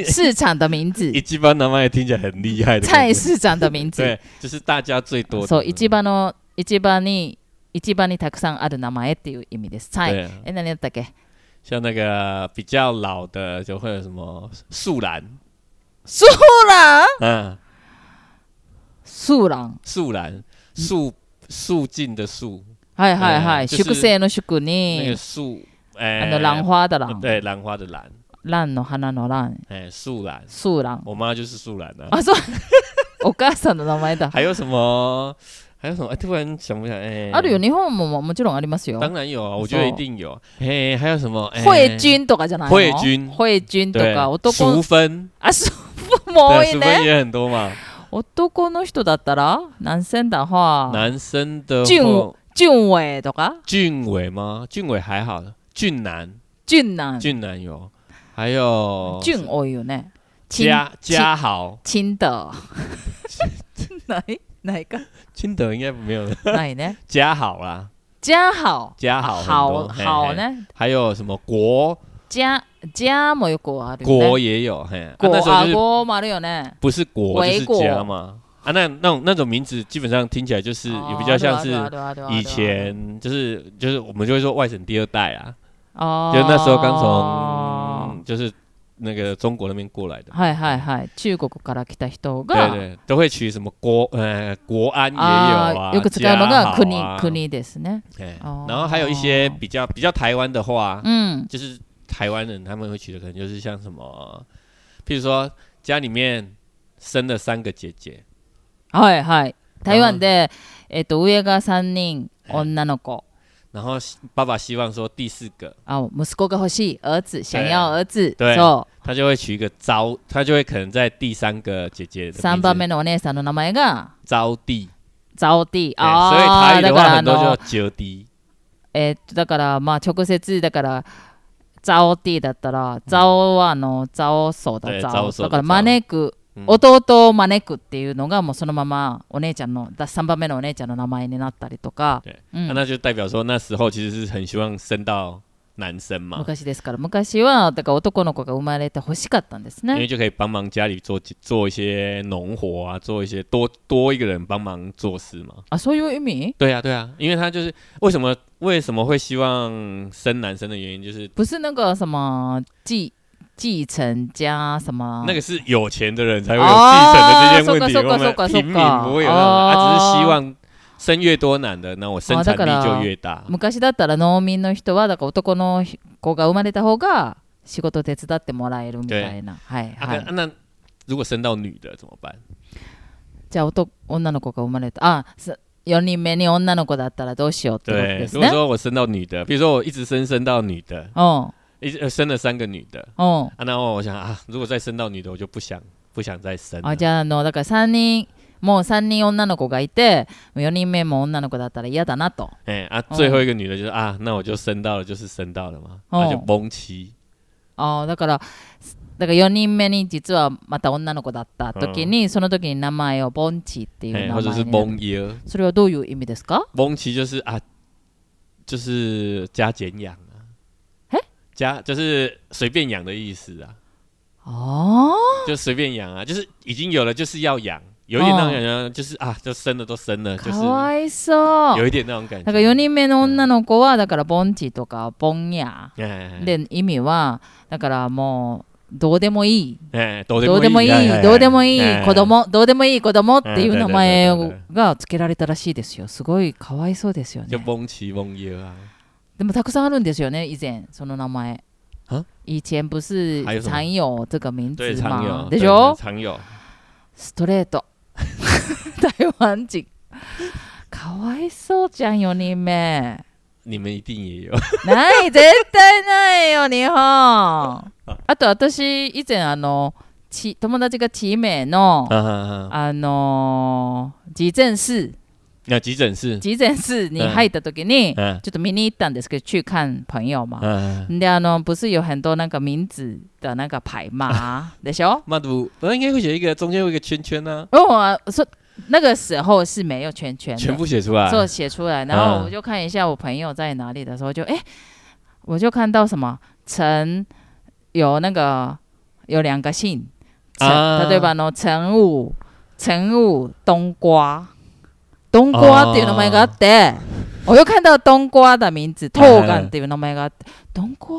A: 市場の名字
B: 一，般南方也听起来很厉害的感
A: 蔡
B: 觉。
A: 市場の名字。
B: 对，就是大家最多的。
A: そう、市場の市場に市場にたくさんある名前っていう意味です。蔡
B: 对啊，
A: え、何だったっけ
B: 像那个比较老的，就会有什么素兰，
A: 素兰，
B: 嗯，
A: 素蘭。
B: 素兰，素素净的素，
A: はいはいはい。
B: うん
A: 粛清の粛
B: 那
A: に
B: 个、素，哎、
A: あの、蘭花的蘭。
B: 对，兰花的兰，
A: 蘭の花の蘭。
B: 哎、素兰，
A: 素蘭。
B: 我妈就是素兰啊。
A: あ、そう。 お母さんの名前だ。
B: 还有什么？还有什么？哎、突然想不起来。哎、
A: あるよ。日本もももちろんありますよ。
B: 当然有啊，我觉得一定有。哎、还有什么？哎
A: 慧君とかじゃないの
B: 慧君
A: 慧君と
B: 对
A: か、，
B: 淑
A: 男、
B: 芬，
A: あ、そう、もう多
B: 哦对，
A: い
B: 淑
A: ね
B: 芬。也很多嘛。
A: 男の人だったら、何千だは、
B: 男生的
A: 俊
B: 话
A: 俊偉とか、
B: 俊伟吗？俊伟还好，俊男，
A: 俊男、
B: 俊男有，还有
A: 俊多いよね。ちん
B: 嘉嘉豪，
A: チンダー。ないないか。
B: 金德应该没有
A: ないね。
B: 嘉豪啦，
A: じゃ好。
B: じゃ好
A: 好。
B: 很多嘿
A: 好ね。
B: 还有什么国
A: じゃ、じゃもよくあるよ
B: 国
A: ね。
B: 也有，嘿，啊
A: 嗯国
B: 那时候
A: あ、
B: 就是
A: 国もあるよね。
B: 不是国就
A: 回
B: 是
A: 国
B: 家嘛，啊，那那种那种名字基本上听起来就是
A: 哦
B: 也比较像
A: 啊
B: 是以前就是就是我们就会说外省第二代啊，
A: 哦
B: 就那时候刚从就是那个中国那边过来的，
A: はいはいはい中国から来た人
B: 对
A: が
B: 对，都会取什么国呃国安也有
A: あ
B: 啊，
A: ーよく使うの
B: 家
A: が
B: 好
A: 国
B: 啊，
A: 国ですね
B: 哎
A: 哦
B: 然后还有一些比较比较台湾的话，
A: うん
B: 就是台湾人他们会取的可能就是像什么，譬如说家里面生了三个姐姐，
A: はいはい台湾でえっと上が三人女の子
B: 然后爸爸希望说第四个，
A: あ息子が欲しい儿子想要儿子
B: 对
A: そう
B: 他就会取一个招，他就会可能在第三个姐姐的
A: 3番目
B: 名字
A: のお姉さんの名前が
B: 招娣，
A: ザオティ
B: 哎所以
A: あーだ
B: 台语的
A: か
B: 话
A: らあ
B: 很多
A: の
B: 就九弟，
A: えーっとだからまあ直接だからザオティだったらザオはあのザオソだ
B: えー
A: ザ
B: ザ
A: オ
B: オソ
A: だ
B: だ
A: から
B: ザオ
A: 招く
B: 嗯
A: 弟を招くっていうのがもうそのままお姉ちゃんのだ3番目のお姉ちゃんの名前になったりとか
B: 对、
A: うん
B: 啊那就代表说那时候其实是很希望生到男生嘛，
A: 昔ですから昔はだから男の子が生まれて欲しかったんです
B: 因
A: ね
B: 为就可以帮忙家里做做一些农活啊，做一些多多一个人帮忙做事嘛。
A: あそういう意味
B: 对啊，对啊，因为他就是为什么为什么会希望生男生的原因，就是
A: 不是那个什么继继承加什么
B: 那个是有钱的人才会有继承的这些问题，
A: 哦搜
B: 我
A: 狗搜狗
B: 们
A: 搜狗
B: 平民不会有那种，
A: 哦
B: 他只是希望生越多男的，那我生产力就越大。
A: 昔だったら農民の人はだから男の子が生まれた方が仕事手伝ってもらえるみたいな、はい
B: 啊
A: は
B: 可
A: い、
B: 那如果生到女的怎么办？
A: じゃあ男女の子が生まれたあ4人目に女の子だったらどうしようってこと
B: 对
A: で，す
B: 如果
A: ね
B: 说我生到女的，比如说我一直生生到女的，
A: うん
B: 一直、呃生了三个女的，
A: うん
B: 啊，那我想啊，如果再生到女的，我就不想不想再生了。
A: あじゃああのだから3人もう3人女の子がいて4人目も女の子だったら嫌だなと
B: 哎、啊，
A: 哦
B: 最后一个女的就是、啊，那我就生到了，就是生到了嘛，那、
A: 哦
B: 就崩妻。
A: あだからだから4人目に実はまた女の子だった時に、その時に名前をボンチっていう
B: 哎、
A: 名前
B: 或者是
A: になる
B: 崩耶，
A: それはどういう意味ですか
B: 崩妻就是啊，就是加减养啊，
A: 嘿
B: 加就是随便养的意思啊，
A: あ
B: 就随便养啊，就是已经有了，就是要养，有一点那种感觉，就是啊，就生了都生
A: あ
B: 了，就
A: か
B: 是
A: わいそう
B: 有一点啊那种感
A: だから4
B: 觉。
A: 人目の女の子はだからボンチとかボンヤ
B: 哎
A: で意味はだからもうどうでもいい
B: 哎，ど
A: どうでもいいどうでもいい子。
B: 哎哎
A: 供どうでもいい子供っていう
B: うん
A: 名前
B: うんう
A: を
B: んうんうん
A: が付けられたらしいですよすごいかわいそうですよ
B: 就
A: ね
B: 崩妻崩耶啊，
A: でもたくさんあるんですよね以前その名前
B: あ
A: 以前不是
B: 还有什么
A: 常有这个名
B: 对，
A: 字
B: 常有
A: 吗，でしょ
B: 对哦常有。
A: ストレート 台湾人かわいそうじゃん4人目
B: 你们一定也有
A: ない絶対ないよ日本あと私以前あのち友達が地名の
B: 啊！
A: あのー慈善室
B: 那急诊室，
A: 慈善室に入った時にちょ
B: 嗯
A: っと見に行ったんですけど去看朋友嘛
B: 嗯，
A: であの不是有很多なんか名字的那个牌嘛でしょ
B: 妈祖，那应该会写一个中间会有一个圈圈呢，
A: 哦啊说那个时候是没有圈圈的
B: 全部写出来。
A: 做写出来，然后
B: 嗯
A: 我就看一下我朋友在哪里的时候就，哎，我就看到什么陈有那个有两个姓，陈、
B: 啊
A: 对吧？喏，陈武、陈武冬瓜、冬瓜っていう名前があって、我又看到冬瓜的名字，トーガンっていう名前があって、冬瓜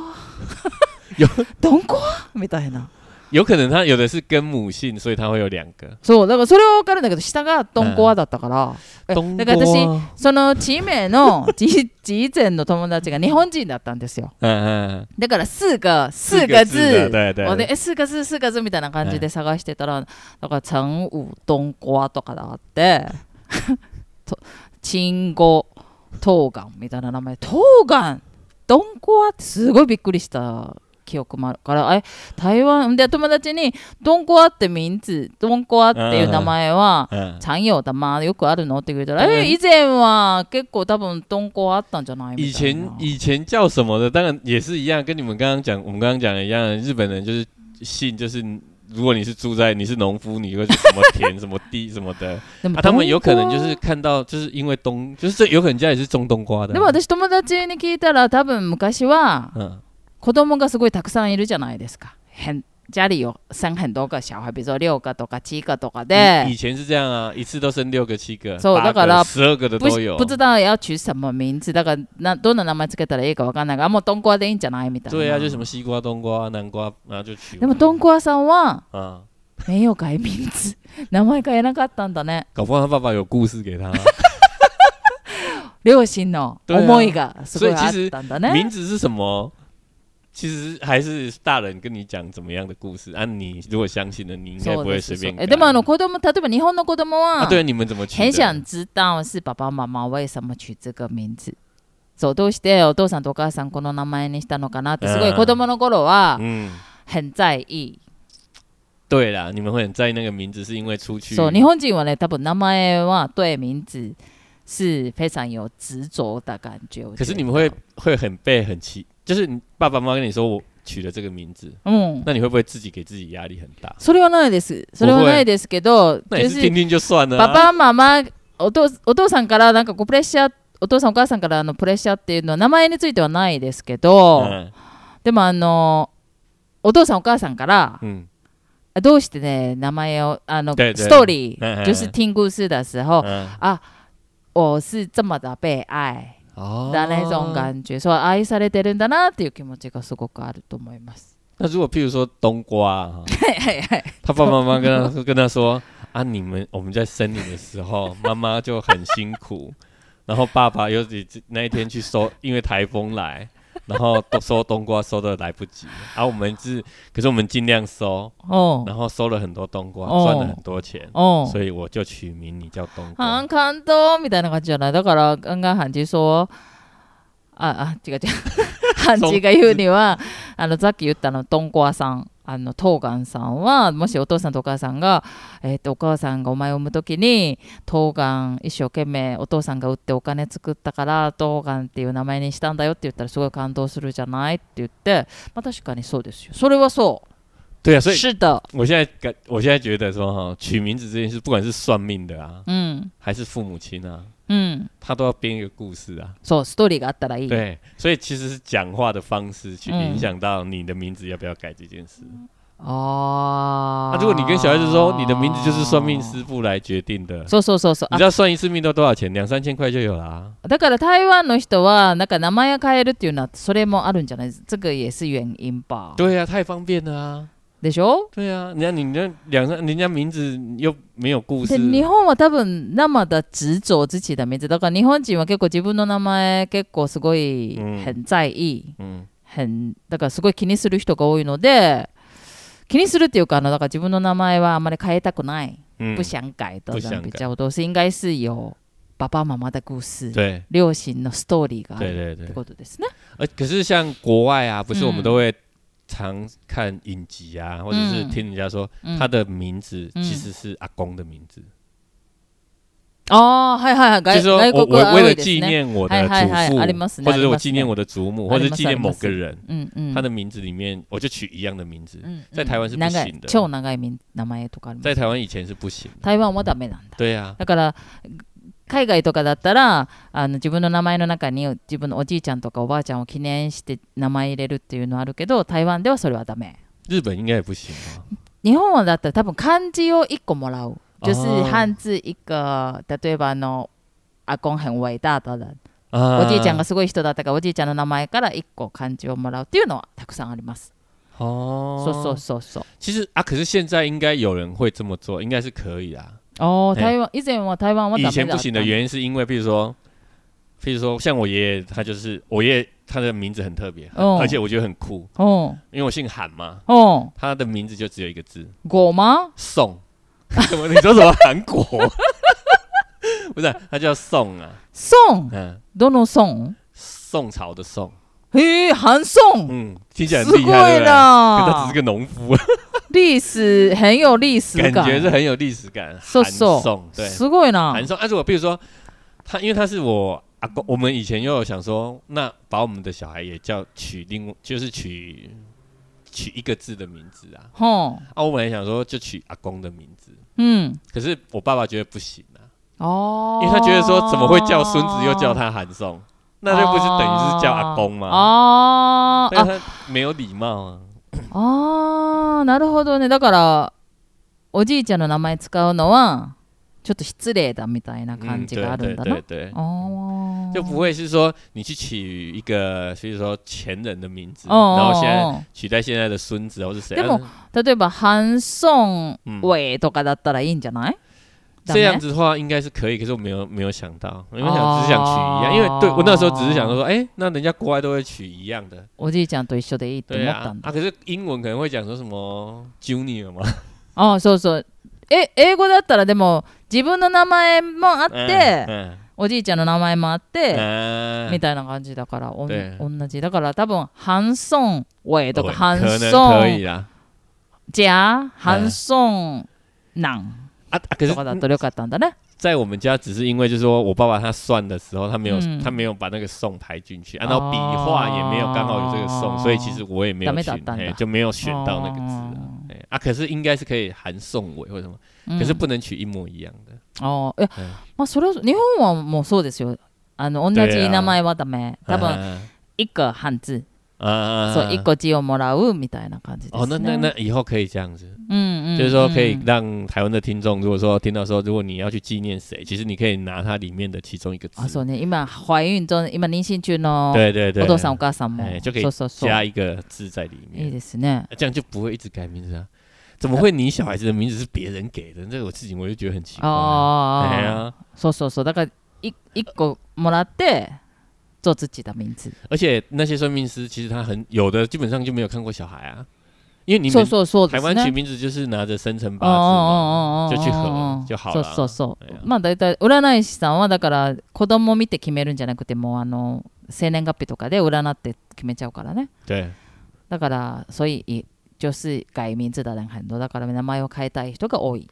B: 有
A: 冬瓜みたいな。
B: 有可能他有的是跟母姓，所以他会有两 个。
A: そう、だからそれは分かるんだけど、下が冬瓜だったから。え
B: 冬
A: だ
B: 瓜
A: から私、 その地名の じじ以前の友達が日本人だったんですよ。
B: 嗯嗯，
A: だから、数が、数
B: 四
A: が
B: 个字
A: ず。
B: 的，对对
A: あで
B: 对，
A: え数がず数がずみたいな感じで探してたら、だから「ちゃんうどんこわ」とかがあって 「とちんごとうがん」みたいな名前「とうがん」「どんこわ」ってすごいびっくりした記憶もあるからえ台湾で友達に「どんこわ」って名字「どんこわ」っていう名前は
B: 嗯
A: 「ち。ゃんよだまよくあるの?」って言うたら「
B: うん
A: え以前は結構多分どんこわあったんじゃない?」
B: 以
A: みたい
B: 前
A: な。
B: 以前叫什么的，当然也是一样，跟你们刚刚讲，我们刚刚讲的一样，日本人就是姓就是。如果你是住在你是农夫，你会去什么田、什么地、什么 的
A: でも
B: 啊？他们有可能
A: どんこわ
B: 就是看到，就是因为冬，就是这有可能家里是种冬瓜的
A: でも
B: 啊。
A: 私友達に聞いたら多分昔は
B: 嗯
A: 子供がすごいたくさんいるじゃないですか。很家里有生很多个小孩，比如说六个とか七个とか
B: 以以
A: で、
B: 前是这样啊，一次都生六个、七个、
A: そう
B: 八
A: だから
B: 个、十二个的
A: 不
B: 都有
A: 不。知道要取什么名字，だからなどんな名前つけたらいいかわかんないから、あもう冬瓜でいいんじゃないみたいな。
B: 对啊，就什么西瓜、冬瓜、南瓜，然后就取。
A: でも冬瓜さんは
B: 啊，
A: 名誉改名字、 名前変えなかったんだね。
B: 搞不好他爸爸有故事 给他。啊
A: 両親の思いがすごい
B: 所
A: あ
B: 以
A: っ
B: 其实
A: たんだね。
B: 名字是什么？其实还是大人跟你讲怎么样的故事啊。你如果相信了，你应该
A: そ
B: 不
A: う
B: 会
A: で
B: 随
A: す。
B: 便改。
A: えでもあの子供例えば日本の子供は、
B: 啊，对，你们怎么取的？
A: 很想知道是爸爸妈妈为什么取这个名字。そうどうしてお父さんとお母さんこの名前にしたのかなってすごい
B: うん
A: 子供の頃は
B: 嗯，
A: 很在意。
B: 对啦，你们会很在意那个名字，是因为出去
A: そう日本人はね多分名前は对名字是非常有执着的感觉。我觉得
B: 可是你们会会很被很奇，就是你爸爸妈妈跟你说我取了这个名字，
A: うん
B: 那你会不会自己给自己压力很大？
A: それはないです。それはないですけど、
B: 那
A: 就
B: 也
A: 是
B: 听听就算了、
A: パ
B: 啊。
A: パママお父お父さんからなんかこうプレッシャーお父さんお母さんからのプレッシャーっていうのは名前についてはないですけど、
B: 嗯
A: でもあのお父さんお母さんから
B: 嗯
A: どうしてね名前をあの
B: 对对
A: ストーリ
B: 嗯
A: ー
B: 嗯
A: 就是听故事的时候
B: 嗯
A: 啊我是这么的被爱
B: 哦
A: 的那种感觉そう愛されてるんだなっていう気持ちがすごくあると思います
B: 那如果譬如说冬瓜、啊，
A: はいはいはい
B: 他爸爸妈妈 跟他跟他说啊，你们我们在生你的时候， 妈妈就很辛苦， 然后爸爸有几那一天去收，因为台风来，然后都收冬瓜收的来不及，啊，我们是可是我们尽量收，
A: おう
B: 然后收了很多冬瓜，
A: 哦
B: 赚了很多钱，
A: おう
B: 所以我就取名你叫冬
A: あ
B: 瓜
A: ん。感動みたいな感じじゃないだから刚刚韩吉说ああ違う違う韓吉が言うにはあのさっき言ったのドンコアさんあのトーガンさんはもしお父さんとお母さんが、えっとお母さんがお前を産む時にトーガン一生懸命お父さんが売ってお金作ったからトーガンっていう名前にしたんだよって言ったらすごい感動するじゃないって言って、まあ、確かにそうですよそれはそ
B: 对啊，
A: う
B: 所以
A: 是的
B: 我现在感我现在觉得说哈，取名字这件事，不管是算命的啊，
A: うん
B: 还是父母亲啊，
A: うん
B: 他都要编一个故事啊。
A: そうストーリーがあったらいい
B: 对，所以其实是讲话的方式去
A: 嗯
B: 影响到你的名字要不要改这件事。
A: あ
B: 那、如果你跟小孩子说你的名字就是算命师傅来决定的，
A: そうそうそうそう
B: 你知道算一次命都多少钱？两三千块就有啊啦、
A: あだから台湾の人はなんか名前を変えるっていうのはそれもあるんじゃないですか。这个也是原因吧。
B: 对啊，太方便了啊。
A: でしょ
B: 对啊，你看你那两三，人家名字又没有故
A: で。
B: 事
A: 日本は多分生だ执着自己的名字だから日本人は結構自分の名前結構すごい
B: うん
A: 很在意、
B: 嗯，
A: 很だからすごい気にする人が多いので気にするっていうかあのだから自分の名前はあんまり変えたくない、
B: 嗯
A: 不想改的
B: 不想
A: 人比
B: 改
A: 较多是应该是有爸爸妈妈的故事
B: 对
A: 両親のストーリーがあ
B: 对
A: る
B: 对
A: って
B: 对。
A: ことですね。
B: 呃，可是像国外啊，不是我
A: 嗯
B: 们都会常看影集啊，或者是
A: 嗯
B: 听人家说
A: 嗯
B: 他的名字
A: 嗯
B: 其实是阿公的名字。
A: ああ、はいはいはい。
B: 就
A: 外
B: 是说
A: 外
B: 我
A: 国は
B: 我
A: 多
B: 为
A: い
B: 了
A: です
B: 纪
A: ね。
B: 念我
A: 嗨
B: 的祖
A: 嗨嗨あります
B: 父，
A: ね
B: 或者
A: あり
B: 是我
A: ます
B: 纪念我的祖母，
A: あ
B: 或者
A: ります
B: 是纪念某个人，
A: うんうん。
B: 他的名字里面我就取一样的名字。
A: うん
B: 在台湾是不
A: 長
B: 行
A: い
B: 的
A: 超長い名名前とかありま
B: 在
A: す。
B: 台湾以前是不行的。
A: 台湾はダメなんだ。
B: 对啊，
A: だから海外とかだったらあの自分の名前の中に自分のおじいちゃんとかおばあちゃんを記念して名前入れるっていうのはあるけど台湾ではそれはダメ。
B: 日本应该也不行啊吧？
A: 日本はだったら多分漢字を1個もらう。就是
B: あー
A: 汉字一个，例えばあの、阿公很伟大的人，お
B: あ
A: じいちゃんが
B: が
A: すごい人だったからおじいちゃんの名前から1個漢字をもらうっていうのはたくさんあります。
B: 哦，
A: そうそうそうそう。
B: 其实啊，可是现在应该有人会这么做，应该是可以啦。
A: 哦，
B: ええ
A: 台湾以前は台湾はダメ
B: 以
A: だった
B: 前不行的原因是因为，譬如说，譬如说，像我爷爷，他就是我爷爷，他的名字很特别，
A: 哦
B: 而且我觉得很酷，
A: うん
B: 因为我姓韩嘛，
A: うん。
B: 他的名字就只有一个字
A: ごま？
B: 宋。 什么？你说什么？韩国？ 不是，他叫宋啊，
A: 孫？
B: 嗯，
A: どの孫？
B: 宋朝的宋，
A: へえ、韓孫。
B: 嗯，听起来很
A: す
B: 厉
A: ごい
B: 害，对不对？可他只
A: な
B: 是。个农夫，
A: 历史很有历史
B: 感
A: 感，
B: 觉是很有历史感。
A: そう
B: 韩
A: そう
B: 宋，对，
A: すごいな。
B: 韩宋。但是我比如说，他因为他是我阿公，我们以前又有想说，那把我们的小孩也叫取另，就是取取一个字的名字啊。
A: ほ
B: 啊，我本来想说就取阿公的名字，
A: う。うん。
B: 可是我爸爸觉得不行啊，
A: 哦。
B: 因为他觉得说怎么会叫孙子又叫他韩宋，那就不是等于是叫阿
A: 哦
B: 公吗？
A: あー
B: 但
A: あ
B: 是他没有礼貌啊。
A: あーなるほどねだからおじいちゃんの名前使うのはちょっと失礼だみたいな感
B: 嗯，
A: じ
B: 对
A: がある
B: 对
A: んだ
B: 对
A: な
B: 对。
A: あ
B: 就不会是说你去取一个，所以说前人的名字，
A: 哦哦
B: 然后现在
A: 哦
B: 取代现在的孙子或是谁，
A: でも
B: 啊
A: 例えばハンソン
B: 嗯
A: ウェイとかだったらいいんじゃないダ
B: 这样
A: メ
B: 子的话应该是可以，可是我没有没有想到，因为
A: 哦
B: 想只是想取一样，因为对我那时候只是想说，哎、那人家国外都会取一样的，
A: おじいちゃんと一緒でいいって
B: 对
A: 思った
B: 啊
A: ん，だ
B: 啊，可是英文可能会讲说什么 junior 嘛，
A: ああそうそうえ英語だったらでも自分の名前もあって、
B: 嗯
A: おじいちゃんの名前もあって、
B: 嗯
A: み
B: 嗯，
A: たいな感じだからおん
B: え
A: 同じだから多分ハンソンウェイとかハン
B: 可能
A: ソ
B: 可以啊
A: ン
B: 啦，
A: ジャーハンソンナン
B: 啊啊，可
A: とかだ
B: 是
A: ったらよかったんだね
B: 在我们家只是因为就是说我爸爸他算的时候，他没有、
A: 嗯
B: 他没有把那个送排进去，按照笔画也没有刚好有这个送，
A: 哦
B: 所以其实我也没有
A: ダメ
B: 去
A: だった、んだ
B: 嘿就没有选到那个字啊。
A: あ
B: 嘿啊，可是应该是可以含送尾或什么，
A: ーうん
B: 可是不能取一模一样的。
A: あーいや
B: ええ
A: まあそれは日本はもうそうですよあの同じ名前はダメ多分
B: 啊
A: 一個漢字
B: 啊啊
A: そう一個嗯字をもらうみたいな感じで
B: 哦，那
A: す
B: 那
A: ね
B: 那以后可以这样子，
A: うんうん
B: 就是说可以
A: うん
B: 让台湾的听众，如果说听到说，如果你要去纪念谁，其实你可以拿它里面的其中一个
A: あ
B: 字，
A: そうね今怀孕中今妊娠中の
B: 对对对
A: お，父さんお母さんも
B: ええちょっと
A: そうそうそう
B: 加一个字在里
A: い
B: 面
A: い。ですね。
B: 啊这样就不会一直改名字啊？怎么会你小孩子的名字是别人给的？这我自己我就觉得很奇怪、啊。哎
A: ああ、
B: 呀，
A: そうそうそう。だから、い一個もらって、做自己的名字。
B: 而且那些算命师其实他很有的基本上就没有看过小孩啊，因为你
A: そう
B: 们
A: そうそうで
B: 台
A: すね。
B: 湾取名字就是哦拿着生辰八字嘛，
A: ああ、
B: 就去合
A: ああ
B: 就好
A: そう
B: 了
A: そうそ
B: え
A: う。
B: え
A: まあ大体、占い師さんは、だから、子供見て決めるんじゃなくて、もう、あの、生年月日とかで占って決めちゃうからね。
B: 对，
A: だから、そういう、就是改名字的人很多。だから、名前を変えたい人が多い。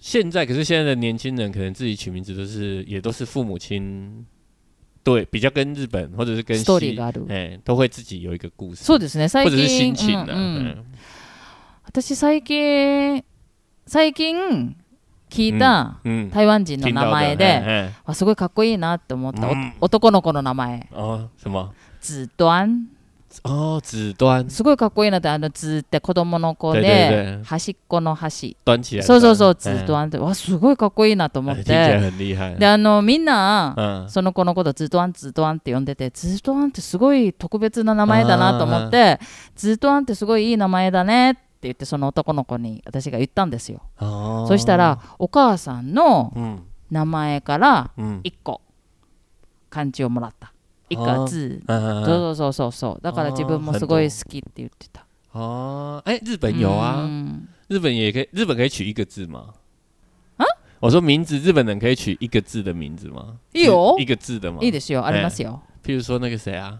B: 现在可是现在的年轻人可能自己取名字都是也都是父母亲对比较跟日本或者是跟
A: ストーリー
B: 西
A: がある。
B: 哎都会自己有一个故事，
A: そうですね、最
B: 或者
A: 近。
B: 是心情啊，
A: うんうん
B: 嗯
A: 私最近最近聞いた
B: 嗯，
A: 台湾人の名前で、
B: 哎哎
A: わすごいかっこいいなって思った、お
B: うん
A: 男の子の名前
B: 哦什么
A: 子端
B: 哦子端
A: すごいかっこいいなってあの子って子供の子で
B: 对对对
A: 端っこの端
B: 端起来，
A: そうそうそう
B: 哎
A: 子端ってわすごいかっ こいいなと思
B: 哎
A: っ
B: 听起来
A: て
B: 很厉害。
A: であのみんな、
B: 嗯，
A: その子のことズドアンズドアンって呼んでてズドアンってすごい特別な名前だなと思ってズドアンってすごいいい名前だねって言ってその男の子に私が言ったんですよ
B: 哦
A: そした，らお母さんの
B: 嗯
A: 名前から
B: 嗯
A: 1個漢字をもらった
B: あ
A: 1
B: ー
A: 個字
B: 嗯嗯
A: そうそうそうそうだから自分もすごい好きって言ってた
B: 哦，哎，日本有啊
A: う，ん
B: 日本也可以，日本可以取一个字吗？啊？我说名字，日本人可以取一个字的名字吗？
A: いいよ
B: 一个字的吗？
A: いいですよありますよ
B: 譬如说那个谁啊，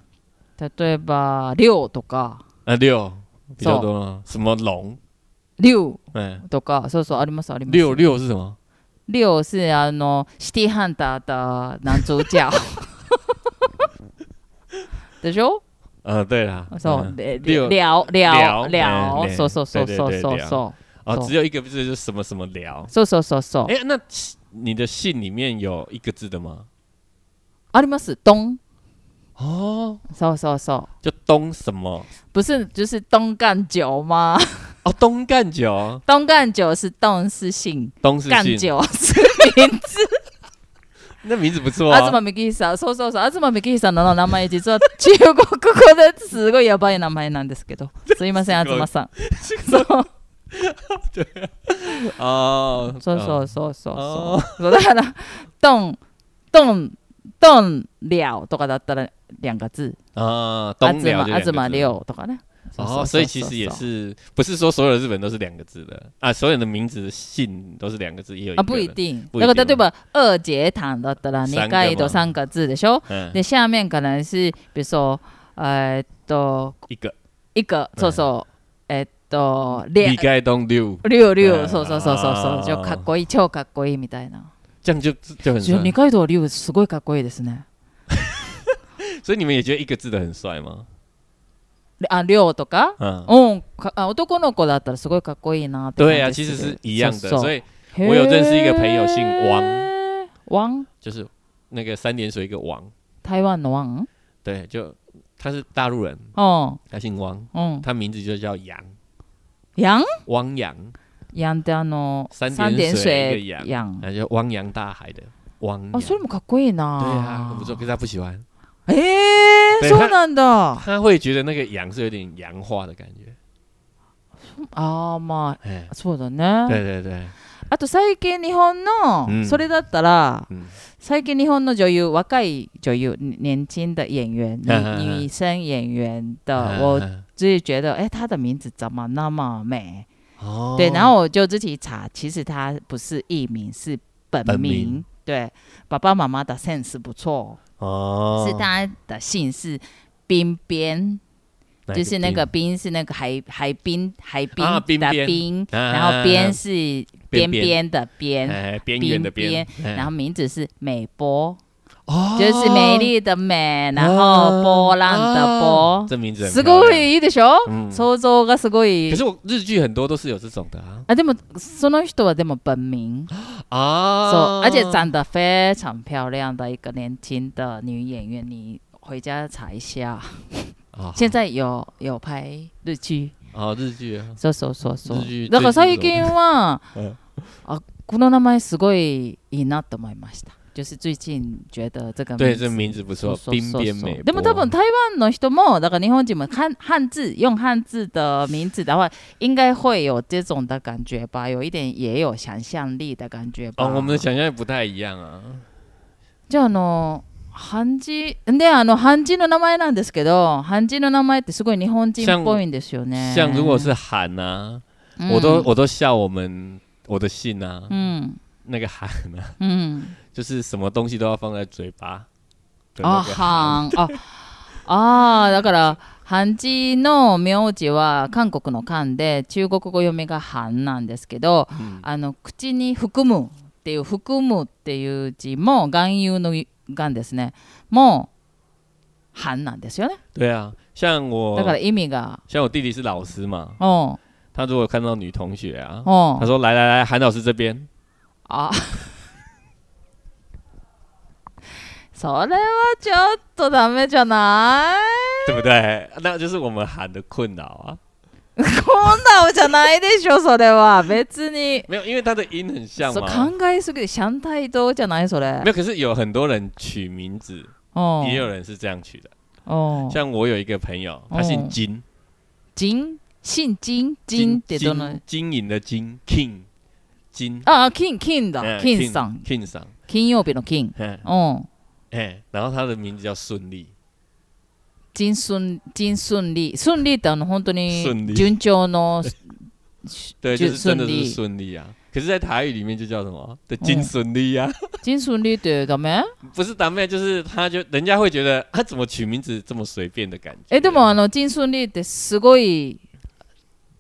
A: 例えば「りょう」とか
B: 啊六比较多吗？什么龙？
A: 「りゅ
B: 哎，
A: う」とかそうそうありますあります
B: 六六是什么？
A: 六是あのシティハンター的男主角。でしょ？
B: 呃，对啦，
A: そう、
B: 嗯
A: で
B: 六
A: 聊
B: 聊
A: 聊
B: え
A: 聊
B: ーね
A: そうそうそうそう
B: ででで
A: そう
B: 聊
A: そ
B: 哦，
A: そう
B: 只有一个字就是什么什么聊。
A: うそうそうそうそう
B: 哎，那你的姓里面有一个字的吗？
A: あります。東
B: 哦，
A: そうそうそ
B: 就东什么？
A: う。不是就是东干酒吗？
B: 哦，东干酒，
A: 东干酒是东是姓，
B: 东是
A: 干
B: 姓，
A: 酒是名字。
B: 那名字不错
A: 東
B: 啊。
A: 幹久久そうそうそう東幹久の名前実は中国語ですごいやばい名前なんですけどすいません
B: すごい
A: 東さんそう
B: 啊，
A: そうそ
B: 啊
A: うそうそうそ
B: あ
A: うそうだから「ドンドンドンリャオ」とかだったら两个字
B: 啊，
A: 東
B: 东辽就两个字
A: 東六とかねそうそうそう
B: 哦，所以其实也是不是说所有的日本都是两个字的啊，所有的名字姓都是两个字，也有
A: あ
B: 一个
A: 啊不一
B: 人
A: 定
B: 不一定
A: だから例えば「二阶堂」だったら2回と3个字でしょ
B: 嗯，
A: で下面可能是比如说えーっと
B: 一个
A: 一个そうそうえーっと
B: 李
A: 两
B: 盖东六，
A: 六六
B: うん
A: そうそうそうそうそう
B: あー
A: 就かっこいい超かっこいいみたいな
B: 这样就就很
A: じゃあ
B: 帅
A: 二。階堂六すごいかっこいいですね
B: 所以你们也觉得一个字的很帅吗？
A: あ六とか
B: 嗯，
A: うん、かあ男の子だったらすごいかっこいいなって感じ
B: 对啊，
A: す
B: 其
A: る
B: 实是一样的。
A: そうそう
B: 所以我有认识一个朋友姓王
A: へー王
B: 就是那个三点水一个王，
A: 台湾の王
B: 对，就他是大陆人，
A: うん
B: 他姓汪，
A: うん
B: 他名字就叫杨，
A: ヤン
B: 汪洋，
A: ヤンってあの
B: 三点水一个
A: ヤン
B: 呃那就汪洋大海的汪
A: あ
B: 洋。
A: それもかっこいい
B: 对
A: な
B: 啊，很不错。可是他不喜欢，
A: えー、
B: 对
A: そうなんだあ
B: 他会觉得那个洋是有点洋化的感觉。
A: ーま
B: 哎
A: あ，そうだ
B: 对
A: ね
B: 对对，
A: あと最近日本の、
B: うん
A: それだったら
B: 嗯，
A: 最近日本の女優若い女優年轻的演员女
B: 嗯嗯嗯
A: 女生演员的
B: 嗯
A: 呃我
B: 嗯
A: 就是觉得，哎、她的名字怎么那么美？
B: 哦，
A: 对，然后我就自己查，其实她不是艺名，是本名。
B: 本名
A: 对，爸爸妈妈的 sense 不错，
B: 哦，
A: 是她的姓是冰边，
B: 哪一
A: 就是那
B: 冰
A: 个冰是那个海海滨海滨的
B: 啊冰边
A: 冰，
B: 啊
A: 然后边是边
B: 边边
A: 边的边。
B: 哎边缘的
A: 边
B: 边，
A: 然
B: 然
A: 后名字是美波，
B: 哦
A: 就是美丽的美，然后
B: 哦
A: 波浪的波，
B: 这名字很
A: す
B: 漂
A: ご
B: 亮
A: いいいでしょ？
B: 嗯
A: 想像がすごい
B: 可。是我日剧很多都是有这种的啊
A: あでもその人はでも本名、
B: 啊，
A: そう而且长得非常漂亮的一个年轻的女演员，你回家查一下。
B: 啊
A: 现在有有拍日剧，
B: 啊日剧啊，
A: そうそうそうそう
B: 日。劇
A: だから最近は
B: 嗯，
A: あこの名前すごいいいなと思いました。就是最近觉得这个
B: 对，
A: 字
B: 这名字不
A: そうそう
B: 错，冰
A: そう
B: 边
A: そう
B: 美。
A: でも多分台湾の人もだから日本人も漢汉字用汉字的名字的话，应该会有这种的感觉吧，有一点也有想象力的感觉吧。
B: 哦，我们的想象也不太一样啊。
A: じゃああの漢字であの漢字の名前なんですけど、漢字の名前ってすごい日本人っぽいんですよね。
B: 像如果是喊啊，
A: うん
B: 我都我都笑我们我的姓啊，
A: うん
B: 那个喊啊，
A: うん
B: 就是什么东西都要放在嘴巴的
A: あ
B: 那个
A: はん
B: 喊。
A: ああーだから漢字の名字は韓国の漢で中国語読みが漢なんですけど。
B: 嗯
A: あの口に含むっていう含むっていう字も含有の含ですねもう含なんですよね
B: 对啊，像
A: だから
B: 我
A: 意味が
B: 像我弟弟是老师嘛，
A: うん
B: 他如果看到女同学啊，
A: うん
B: 他说来来来，韩老师这边，
A: あ それはちょっとダメじゃない
B: 对不对？那就是我们喊的困扰啊。
A: こんなんじゃないでしょそれは別に
B: 没有，因为他的音很像
A: そう
B: 嘛。
A: 考えすぎてシャンタイ島じゃないそれ
B: 没有，可是有很多人取名字，
A: うん
B: 也有人是这样取的。
A: うん
B: 像我有一个朋友，他
A: 哦
B: 姓金，
A: 金金金金ってどの
B: 金金银的金 King 金
A: あ金金だ
B: 嗯
A: 金さん
B: King 桑，
A: 金曜日の金。
B: 嗯
A: うん。
B: 哎，然后他的名字叫顺利，
A: 人寸人寸利。寸利ってあの本当
B: 顺
A: に
B: 利
A: 順調 の。
B: 对，
A: 就
B: 就是是真的
A: 顺利
B: 是顺利啊。可是，在台语里面就叫什么？对，金顺利啊，
A: 人寸利ってダメ
B: 不是咱们就是他就人家会觉得他怎么取名字这么随便的感觉。
A: え、でもあの人寸利ってすごい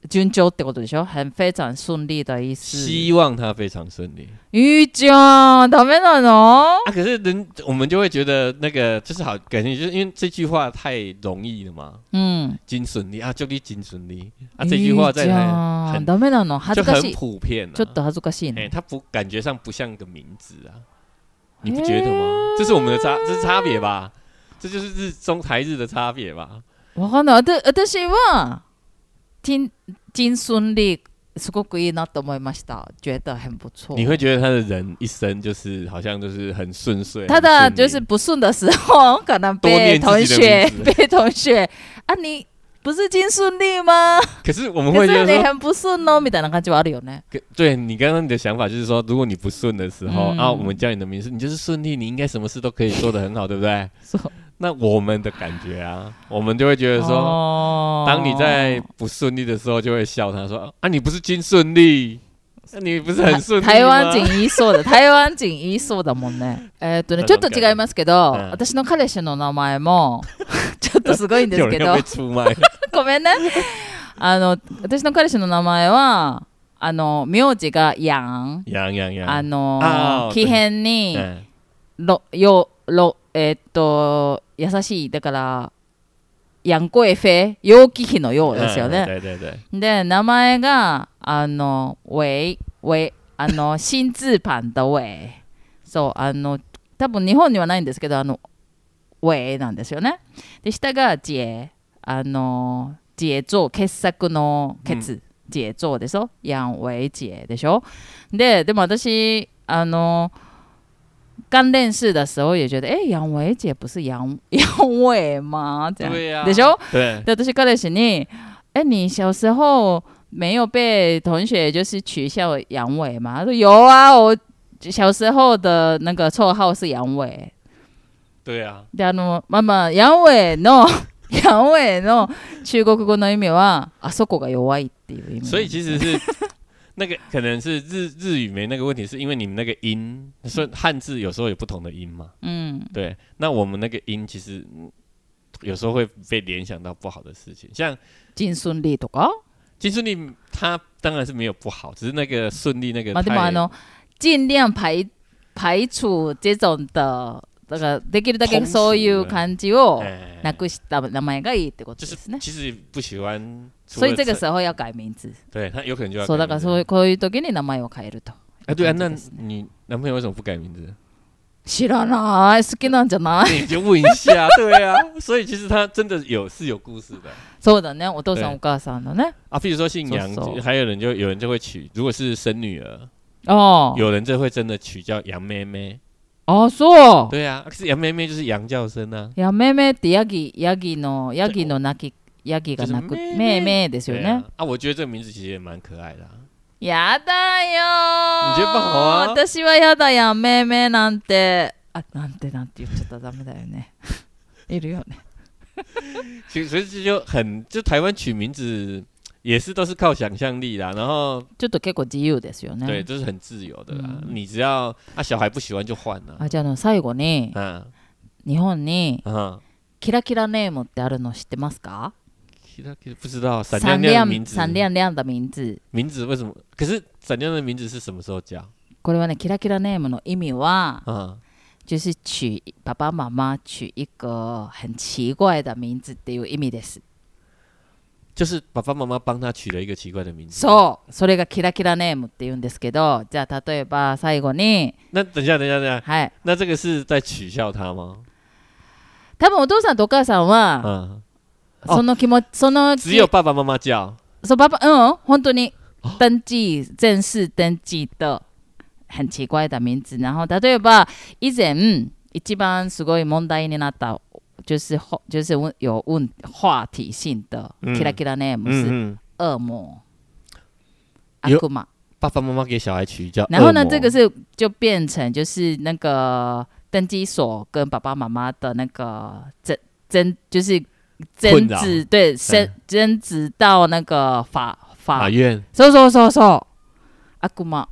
A: 順調ってことでしょ很非常顺利的意思。
B: 希望他非常顺利
A: いいじゃんダメなの
B: 啊。可是人我们就会觉得那个就是好，感觉就是因为这句话太容易了嘛。
A: うん。
B: 金顺利啊，就你金顺利啊，
A: い
B: 这句
A: い
B: 话在
A: じ
B: 台
A: ゃん
B: 很
A: ダメなの恥
B: 就
A: ずかし
B: 很
A: い。
B: 普遍、啊，
A: ちょっと恥ずかしい
B: 哎、
A: ね。
B: 它不感觉上不像个名字啊，你不觉得吗？这是我们的差，
A: 哎
B: 这是差别吧？这就是日中台日的差别吧？
A: わかんない。あた私は、人人寸利すごくいいなと思いました，觉得很不错。
B: 你会觉得他的人一生就是好像就是很顺遂，
A: ただ
B: 很顺
A: 就
B: 利
A: 是不顺的时候，可能
B: 多
A: 被
B: 念
A: 同
B: 自己的
A: 学
B: 名 字
A: 被同学啊，你不是经顺利吗？
B: 可是我们
A: 可
B: 会觉
A: 是
B: 得
A: 你
B: 说，
A: 很不顺哦，みたいな感じはあるよね。
B: 可对你刚刚你的想法就是说，如果你不顺的时候，
A: 嗯
B: 啊，我们叫你的名字，你就是顺利，你应该什么事都可以做得很好，对不对？
A: そう。
B: 那 我们的感觉啊，我们就会觉得说，
A: 哦
B: 当你在不顺利的时候，就会笑他说啊，你不是经顺利，那、你不是很顺利吗？
A: 台湾人言いそうだ 台湾人言いそうだもんねえーっとねちょっと違いますけど、
B: うん
A: 私の彼氏の名前も ちょっとすごいんです
B: 有
A: け
B: 人要
A: ど
B: 被出卖，
A: ごめんねあの私の彼氏の名前はあの名字がヤン
B: 洋洋洋，
A: あの
B: あー
A: 奇変に
B: 嗯，
A: ろよろえーっと優しいだからヤンコエフェ陽気比のようですよね、
B: 嗯对对对，
A: で、名前が、あの、ウェイ、ウェイ、あの、新字版的ウェイ。そう、あの、多分日本にはないんですけど、あの、ウェイなんですよね。で、下が、ジエ、あの、ジエゾウ、傑作のケツ、ジエゾウでしょヤンウェイジエでしょで、でも私、あの、刚认识的时候也觉得，哎、杨维姐不是杨杨伟吗？这样
B: 对呀
A: でしょ？
B: 对，
A: で私彼氏に「え你小时候没有被同学就是取笑阳痿吗？”他说：“有啊，我小时候的那个绰号是阳痿。
B: 对啊，”
A: であのまあまあ陽痿 の陽痿の中国語の意味はあそこが弱いっていう意味。
B: 所以其 实是那个可能是日日语没那个问题，是因为你们那个音，所以汉字有时候有不同的音嘛。
A: 嗯
B: 对，那我们那个音其实嗯有时候会被联想到不好的事情，像
A: 人生利とか。
B: 金顺利，他当然是没有不好，只是那个顺利那个
A: まあでも
B: 太
A: あの尽量排排除这种的だからできるだけそういう感じを
B: 哎
A: なくした名前がいいってこと
B: 就
A: です
B: 是
A: ね。
B: 其实不喜欢，除
A: 所以
B: 了
A: 这个
B: 称
A: 时候要改名字。
B: 对他有可能就要
A: そうだ
B: 改
A: から
B: 名字
A: そういうこういう時に名前を変えると。
B: 哎对啊，
A: 嗯这
B: 那
A: 个是
B: 你男朋友为什么不改名字？
A: 知らない好きなんじゃない
B: 那你就问一 下，对啊，所以其实他真的有是有故事的。
A: そうだね、お父さん
B: 对
A: お母さんのね。
B: 啊，譬如说姓杨，
A: 搜索
B: 就还有人就有人就会取，如果是生女儿，
A: あ
B: 有人就会真的取叫杨妹妹。
A: あ、あそ
B: 对啊，可是杨妹妹就是杨叫声啊。
A: う。やめめってヤギ、ヤギの、ヤギの鳴き、ヤギが鳴く、
B: ちょっと
A: めいめいですよ
B: 对
A: ね
B: 啊。，啊，我觉得这个名字其实也蛮可爱的、啊。
A: やだよー
B: ジェパホは
A: 私はやだやめめなんて。あ、なんてなんて言っちゃったらダメだよね。 いるよね。
B: 其实所以这就很，就台湾取名字也是都是靠想象力啦，然后
A: ちょっと結構自由ですよね。
B: 对，就是很自由的啦。
A: 嗯哎
B: 你只要啊小孩不喜欢就换啦、
A: あ、じゃああの最後に、
B: 啊。
A: 日本に
B: 嗯啊，
A: キラキラネームってあるの知ってますか
B: 其他其实不知道闪
A: 闪
B: 亮亮的
A: 亮
B: 名字，
A: 闪亮亮的名字。
B: 名字为什么？可是闪亮的名字是什么时候叫？
A: これはね、キラキラネームの意味は、
B: 啊，
A: 就是取爸爸妈妈取一个很奇怪的名字っていう意味です。
B: 就是爸爸妈妈帮他取了一个奇怪的名字。
A: そう、それがキラキラネームって言うんですけど、じゃあ例えば最後に、
B: 那等一下，等一下，等一下，
A: はい、
B: 那这个是在取笑他吗？
A: 多分お父さんとお母さんは、
B: 嗯，あ
A: その気持ち、その気
B: 只有爸爸妈妈叫。
A: そうパパ、うん、本当に
B: 哦
A: 登记正式登记的很奇怪的名字。然后例えば以前嗯一番すごい問題になった就是话就是有问话题性的
B: 嗯
A: キラキラネーム是
B: 嗯嗯，
A: 恶魔。
B: 有
A: 悪魔，
B: 爸爸妈妈给小孩取叫恶魔。
A: 然后呢，这个是就变成就是那个登机所跟爸爸妈妈的那个争争，就是
B: 困
A: 争
B: 扰哎
A: 执，对争争执到那个法法
B: 法院。
A: そうそうそうそう。悪魔。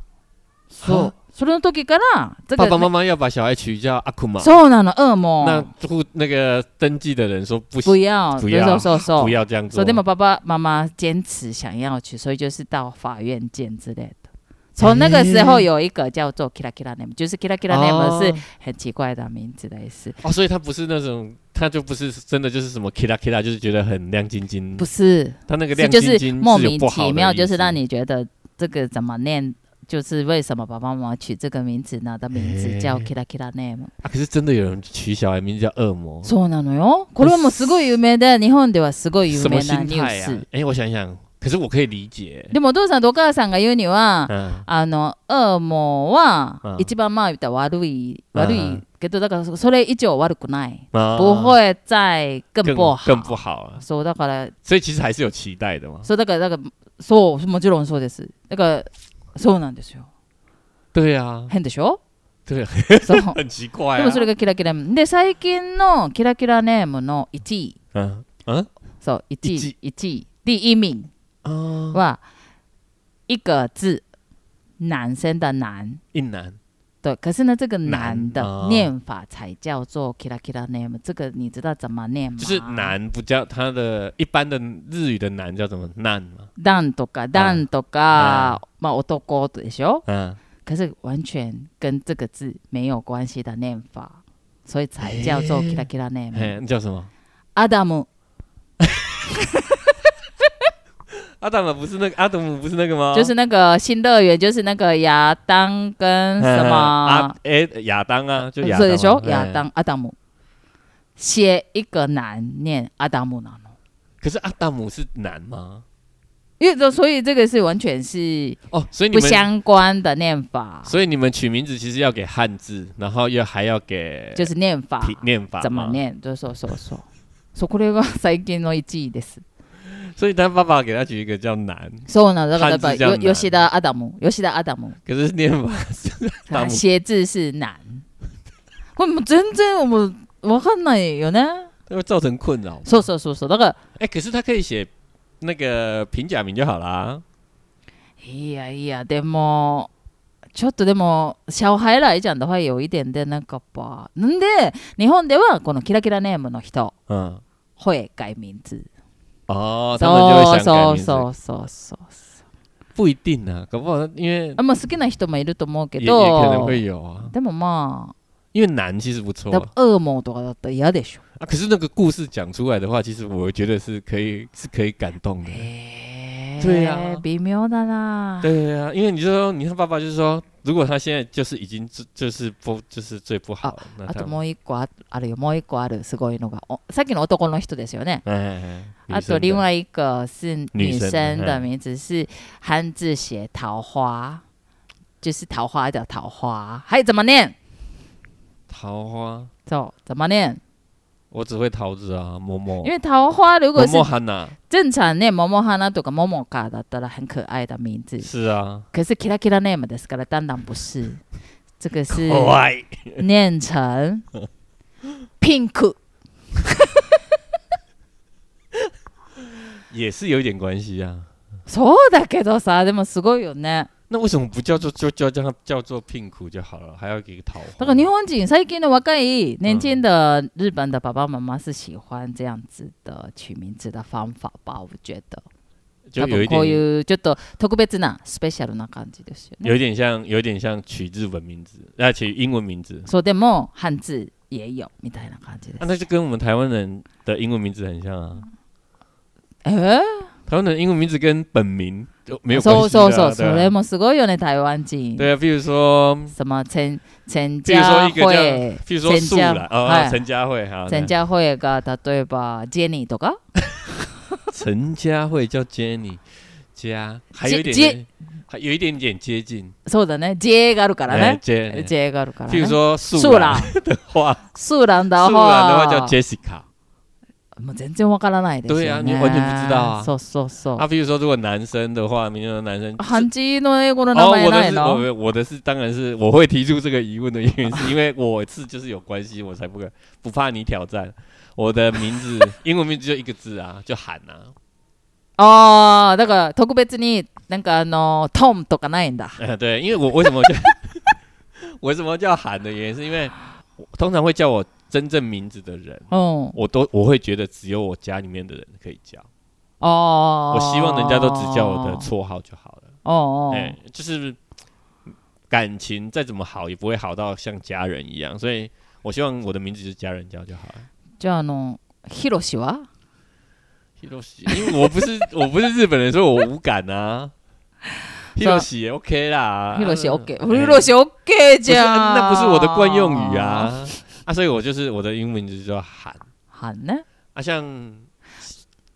A: そ
B: は
A: う。それの時から、这个
B: 啊爸爸妈妈要把小孩取叫阿库玛。
A: そうなの、恶魔。
B: 那户那个登记的人说不
A: 不
B: 行，
A: 要，
B: 不要
A: そうそうそう。
B: 不。要这样
A: 所
B: 做。啊
A: 以でも爸爸妈妈坚持想要去，所以就是到法院见之类的。从那个时候有一个叫做 “kira kira name”，就是 “kira kira name” 是很奇怪的名字的意思，
B: 哦，所以他不是那种，他就不是真的就是什么 kira kira，就是觉得很亮晶晶
A: 不。是，
B: 他那个
A: 是
B: 亮
A: 就
B: 晶晶
A: 是
B: 是
A: 莫
B: 有
A: 名
B: 不好
A: 其
B: 的
A: 妙，
B: 意
A: 就是
B: 思
A: 让你觉得这个怎么念，就是为什么爸爸妈妈取这个名字呢？的名字叫
B: 嘿
A: “kira kira name”。
B: 啊，可是真的有人取小孩名字叫恶魔，
A: そうなのよ。これはもうすごい有名で、日本ではすごい有
B: 什么
A: 名な
B: 心
A: ニュ
B: 态啊
A: ー
B: 呀
A: ス？。
B: 哎，我想一想，可是我可以理解，
A: でもお父さんとお母さんが言うには、
B: 嗯
A: あの悪魔は
B: うん
A: 一番まあ言ったら悪い、
B: うん
A: 悪いけどだからそれ以上悪くない、
B: 啊
A: 不会再更
B: 更
A: 不好
B: 更不好啊，
A: そうだから
B: 所以其实还是有期待的嘛。
A: そうだからだからそうもちろんそうですだからそうなんですよ
B: 对啊，
A: 変でしょ
B: 对啊，
A: そう
B: 很奇怪
A: で
B: 啊
A: も。それがキラキラで最近のキラキラネームの1位
B: 嗯嗯
A: そう1
B: 一
A: 位1位第一名
B: 啊，
A: は一个字男生的男
B: 一男
A: 对，可是呢，这个
B: 男
A: 男
B: 哦
A: 的念法才叫做 “kira kira name”。这个你知道怎么念吗？
B: 就是男不叫他的一般的日语的男叫什么难嘛？
A: 男とか男と
B: 啊
A: かまあ男でしょ？
B: 嗯，
A: 可是完全跟这个字没有关系的念法，所以才叫做
B: 诶
A: “kira kira name”。
B: 嘿，你叫什么？
A: 阿达姆
B: 阿达姆不是那个阿德姆不是那个吗？
A: 就是那个新乐园，就是那个亚当跟
B: 嗯
A: 什么
B: 阿？哎亚当啊，就亚
A: そうで
B: 当嘛
A: しょ？亚。
B: 嗯
A: 当阿达姆，写一个男念阿达姆呢？
B: 可是阿达姆是男吗？
A: 因为所以这个是完全是。
B: 哦，所以你
A: 不
B: 们
A: 相关的念法，
B: 所以你们取名字其实要给汉字，然后又还要给
A: 就是念法
B: 体念法
A: 怎么
B: 嘛？
A: 念，就说说说。そうこれが最近の1位です。
B: 所以他爸爸给他取一个叫男，
A: そうなのだから
B: 漢字
A: やっぱ
B: 叫
A: よ吉田アダム、吉田アダム、
B: 可是念法 是ダム
A: 写字是難。これもう全然もうわかんないよね。
B: 会造成困扰。
A: そうそうそうそう。だから
B: 哎、可是他可以写那个平假名就好啦。
A: いやいやでもちょっとでも小孩来讲的话有一点でなんかやっぱなんで日本ではこのキラキラネームの人
B: 嗯，
A: 会改名字。
B: 哦，他们
A: そう
B: 就会想改
A: そう
B: 名字，
A: そうそうそう。
B: 不一定啊，搞不好因为
A: あまあ、好きな人もいると思うけ
B: 也也可能
A: ど、
B: 会有啊，
A: でもま
B: 因为男其实不
A: あ、
B: 错
A: 多分
B: 啊
A: 恶魔とかだったら嫌でしょ。
B: 啊。可是那个故事讲出来的话，其实我觉得是可以是可以感动的。
A: へ
B: そうや
A: 微妙だな。
B: 对啊，因为你就说，你看爸爸就是说，如果他现在就是已经就就是不就是最不好，那
A: あ
B: 他
A: ともう一個ああるよ、もう一個ある、すごいのが。おさっきの男の人ですよね。
B: 哎哎，哎
A: あと、啊另外一個是
B: 女
A: 女
B: 生
A: 生
B: 嗯
A: 的名字是汉字写桃花，就是桃花的桃花。はい、怎么念？
B: 桃花，
A: そう、怎么念？
B: 我只会桃子啊，某某
A: 因为桃花如
B: 某
A: 果是
B: 某汉娜
A: 正常念桃花とか桃花だったら很可爱的名字。
B: 是啊，
A: 可是 kira kira name ですから当然不是，这个是
B: 爱
A: 念成 pink，
B: 也是有一点关系啊。
A: そうだけどさ、でもすごいよね。
B: 那为什么不叫做就就叫它叫做聘苦就好了，还要给个桃
A: だから
B: 花？
A: 日本人最近の若い年轻的日本的爸爸妈妈是喜欢这样子的取名字的方法吧？我觉得，
B: 就
A: 多
B: 有
A: 分
B: 一
A: こう
B: 点
A: いうちょっと特別なスペシャルな感じですよね。
B: 有一点像有一点像取日文名字，那、取英文名字，
A: そうでも漢字也有みたいな感じで
B: 啊，
A: す。
B: 那就跟我们台湾人的英文名字很像啊。
A: え
B: 台湾人的英文名字跟本名就没有关系、
A: そうそ
B: 啊。
A: うそう、そ
B: 对
A: れ
B: 啊
A: もすごいよね台湾人。
B: 对啊，比如说，
A: 什么陈陈
B: 比如说
A: 家
B: 一个叫
A: 慧，，
B: 比如说素
A: 陈
B: 啦
A: 家，
B: 哦，
A: 嗨
B: 陈佳慧哈，
A: 陈家慧が例えば Jenny とか
B: 陈佳慧叫 Jenny，佳，还有一
A: 接
B: 点，还有一点点接近，
A: そうだね J があるから
B: 哎
A: ね
B: 接，
A: J があるから
B: 比如
A: ね。
B: 说素
A: 素
B: 兰
A: 蘭
B: 的 话，
A: 素蘭だ
B: 素兰的话叫
A: は
B: Jessica
A: もう全然わからないですよね。
B: 对啊你完全不知道啊
A: そうそうそ
B: 啊。比如说，如果男生的话，名人的男生
A: う。漢字の英語の名
B: 哦，
A: 前
B: 我的
A: ない
B: 是
A: の？
B: 我我的是，当然是我会提出这个疑问的原因，是 因为我是就是有关系，我才不敢不怕你挑战。我的名 字英文名字就一个字啊，就喊啊，
A: ああだから特別になんかあのトムとかないんだ。
B: 呃 对，因为我为什么叫 我为什么叫喊的原因，是因为我通常会叫我真正名字的人，
A: うん。
B: 我都我会觉得只有我家里面的人可以叫，
A: ああ。
B: 我希望人家都只叫我的绰号就好了。
A: 哦
B: 哎、就是感情再怎么好，也不会好到像家人一样，所以我希望我的名字就是家人叫就好了。
A: じゃああのヒロシは？
B: Hiroshi，因为我不是我不是日本人，所以我无感 啊。Hiroshi 也 OK 啦，
A: ヒロシ
B: 嗯
A: OK，ヒロシ OK
B: 不是
A: じゃん。
B: 那不是我的惯用语。 啊啊，所以我就是我的英文名字就叫喊
A: はね。
B: 啊，像。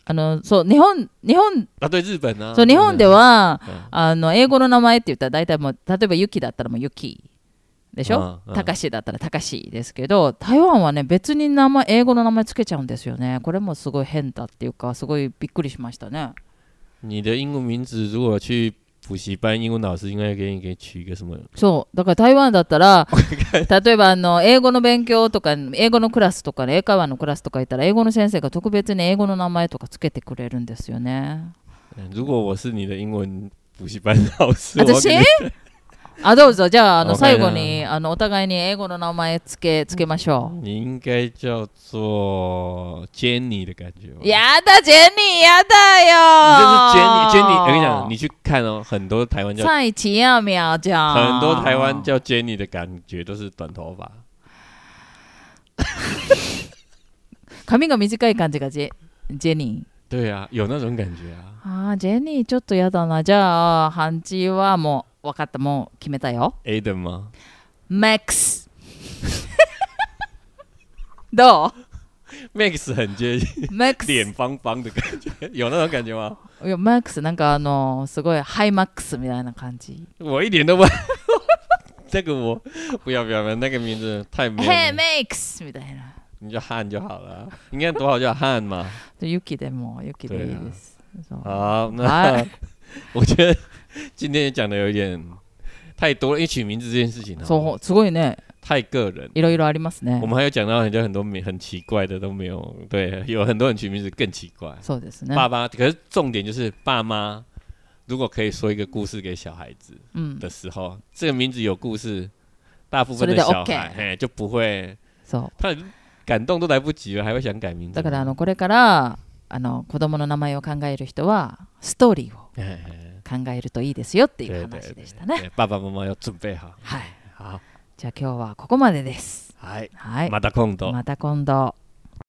A: あのそう日本日本
B: 啊，对日本啊，
A: そう日本では、
B: 嗯
A: あの英語の名前って言ったら大体もう例えばユキだったらもうユキ
B: 嗯
A: でしょ、
B: うんうん
A: たかしだったらたかしですけど台湾はね別に名前英語の名前つけちゃうんですよねこれもすごい変だっていうかすごいびっくりしましたね
B: 你的英文名字如果去补习班，英文老师应该给你给取一个什么？
A: そうだから台湾だったら例えばあの英語の勉強とか英語のクラスとか英会話のクラスとか行ったら英語の先生が特別に英語の名前とかつけてくれるんですよね
B: 嗯如果我是你的英文补习班老师，我要
A: 私
B: 给你
A: あどうぞじゃああの
B: わか
A: 最
B: りま
A: 後
B: した
A: にあのお互いに英語の名前つけつけましょう
B: 你应该叫做 Jenny 的感觉吧。
A: やだ、ジェニー、やだ
B: 你就是
A: よ
B: Jenny Jenny，我跟你讲，你去看哦，很多台湾叫
A: 蔡奇亚苗じゃん。
B: 很多台湾叫 Jenny 的感觉都是短头发。
A: 髪が短い感じがジェジェニー。
B: 对啊，有那种感觉啊。
A: あージェニーちょっとやだな。じゃあ、ハンチはもう、わかった、もう決めたよ。
B: Aden 吗？
A: マック ス。ど
B: Max 很接
A: う
B: 近，
A: マックス。
B: 脸方方的感觉，有那种感觉吗？
A: いやマックス、なんかあの、すごいハイマックスみたいな感じ。
B: 我一点都不， 这个我不要不要不要，那个名字太没有
A: ヘイ
B: 名，
A: マックスみたいな。
B: 你叫汉就好了啊，应该多少叫汉嘛。
A: 雪でも、雪でいいです。そう
B: 好，那
A: 哎
B: 我觉得今天也讲的有一点太多了，因为取名字这件事情啊，
A: そう、すごいね、
B: 太个人。
A: いろいろありますね
B: 我。们还有讲到很多很多名很奇怪的都没有，对，有很多人取名字更奇怪。
A: そうですね。
B: 爸爸，可是重点就是爸妈，如果可以说一个故事给小孩子
A: うん。
B: 的时候，这个名字有故事，大部分的
A: 所以就
B: 小
A: OK
B: 孩嘿就不会，
A: そ
B: 他感动都来不及了，还会想改名
A: う
B: 字。
A: だからあのこれからあの子供の名前を考える人はストーリーを
B: 嘿嘿嘿
A: 考えるといいですよっていう
B: 对
A: 話
B: 对
A: でした
B: 对
A: ね。
B: 爸爸妈妈要准备好。
A: はい。
B: 好，
A: じゃあ今日はここまでです。
B: 嗨，
A: はい。
B: 哎马达空斗。
A: また今度。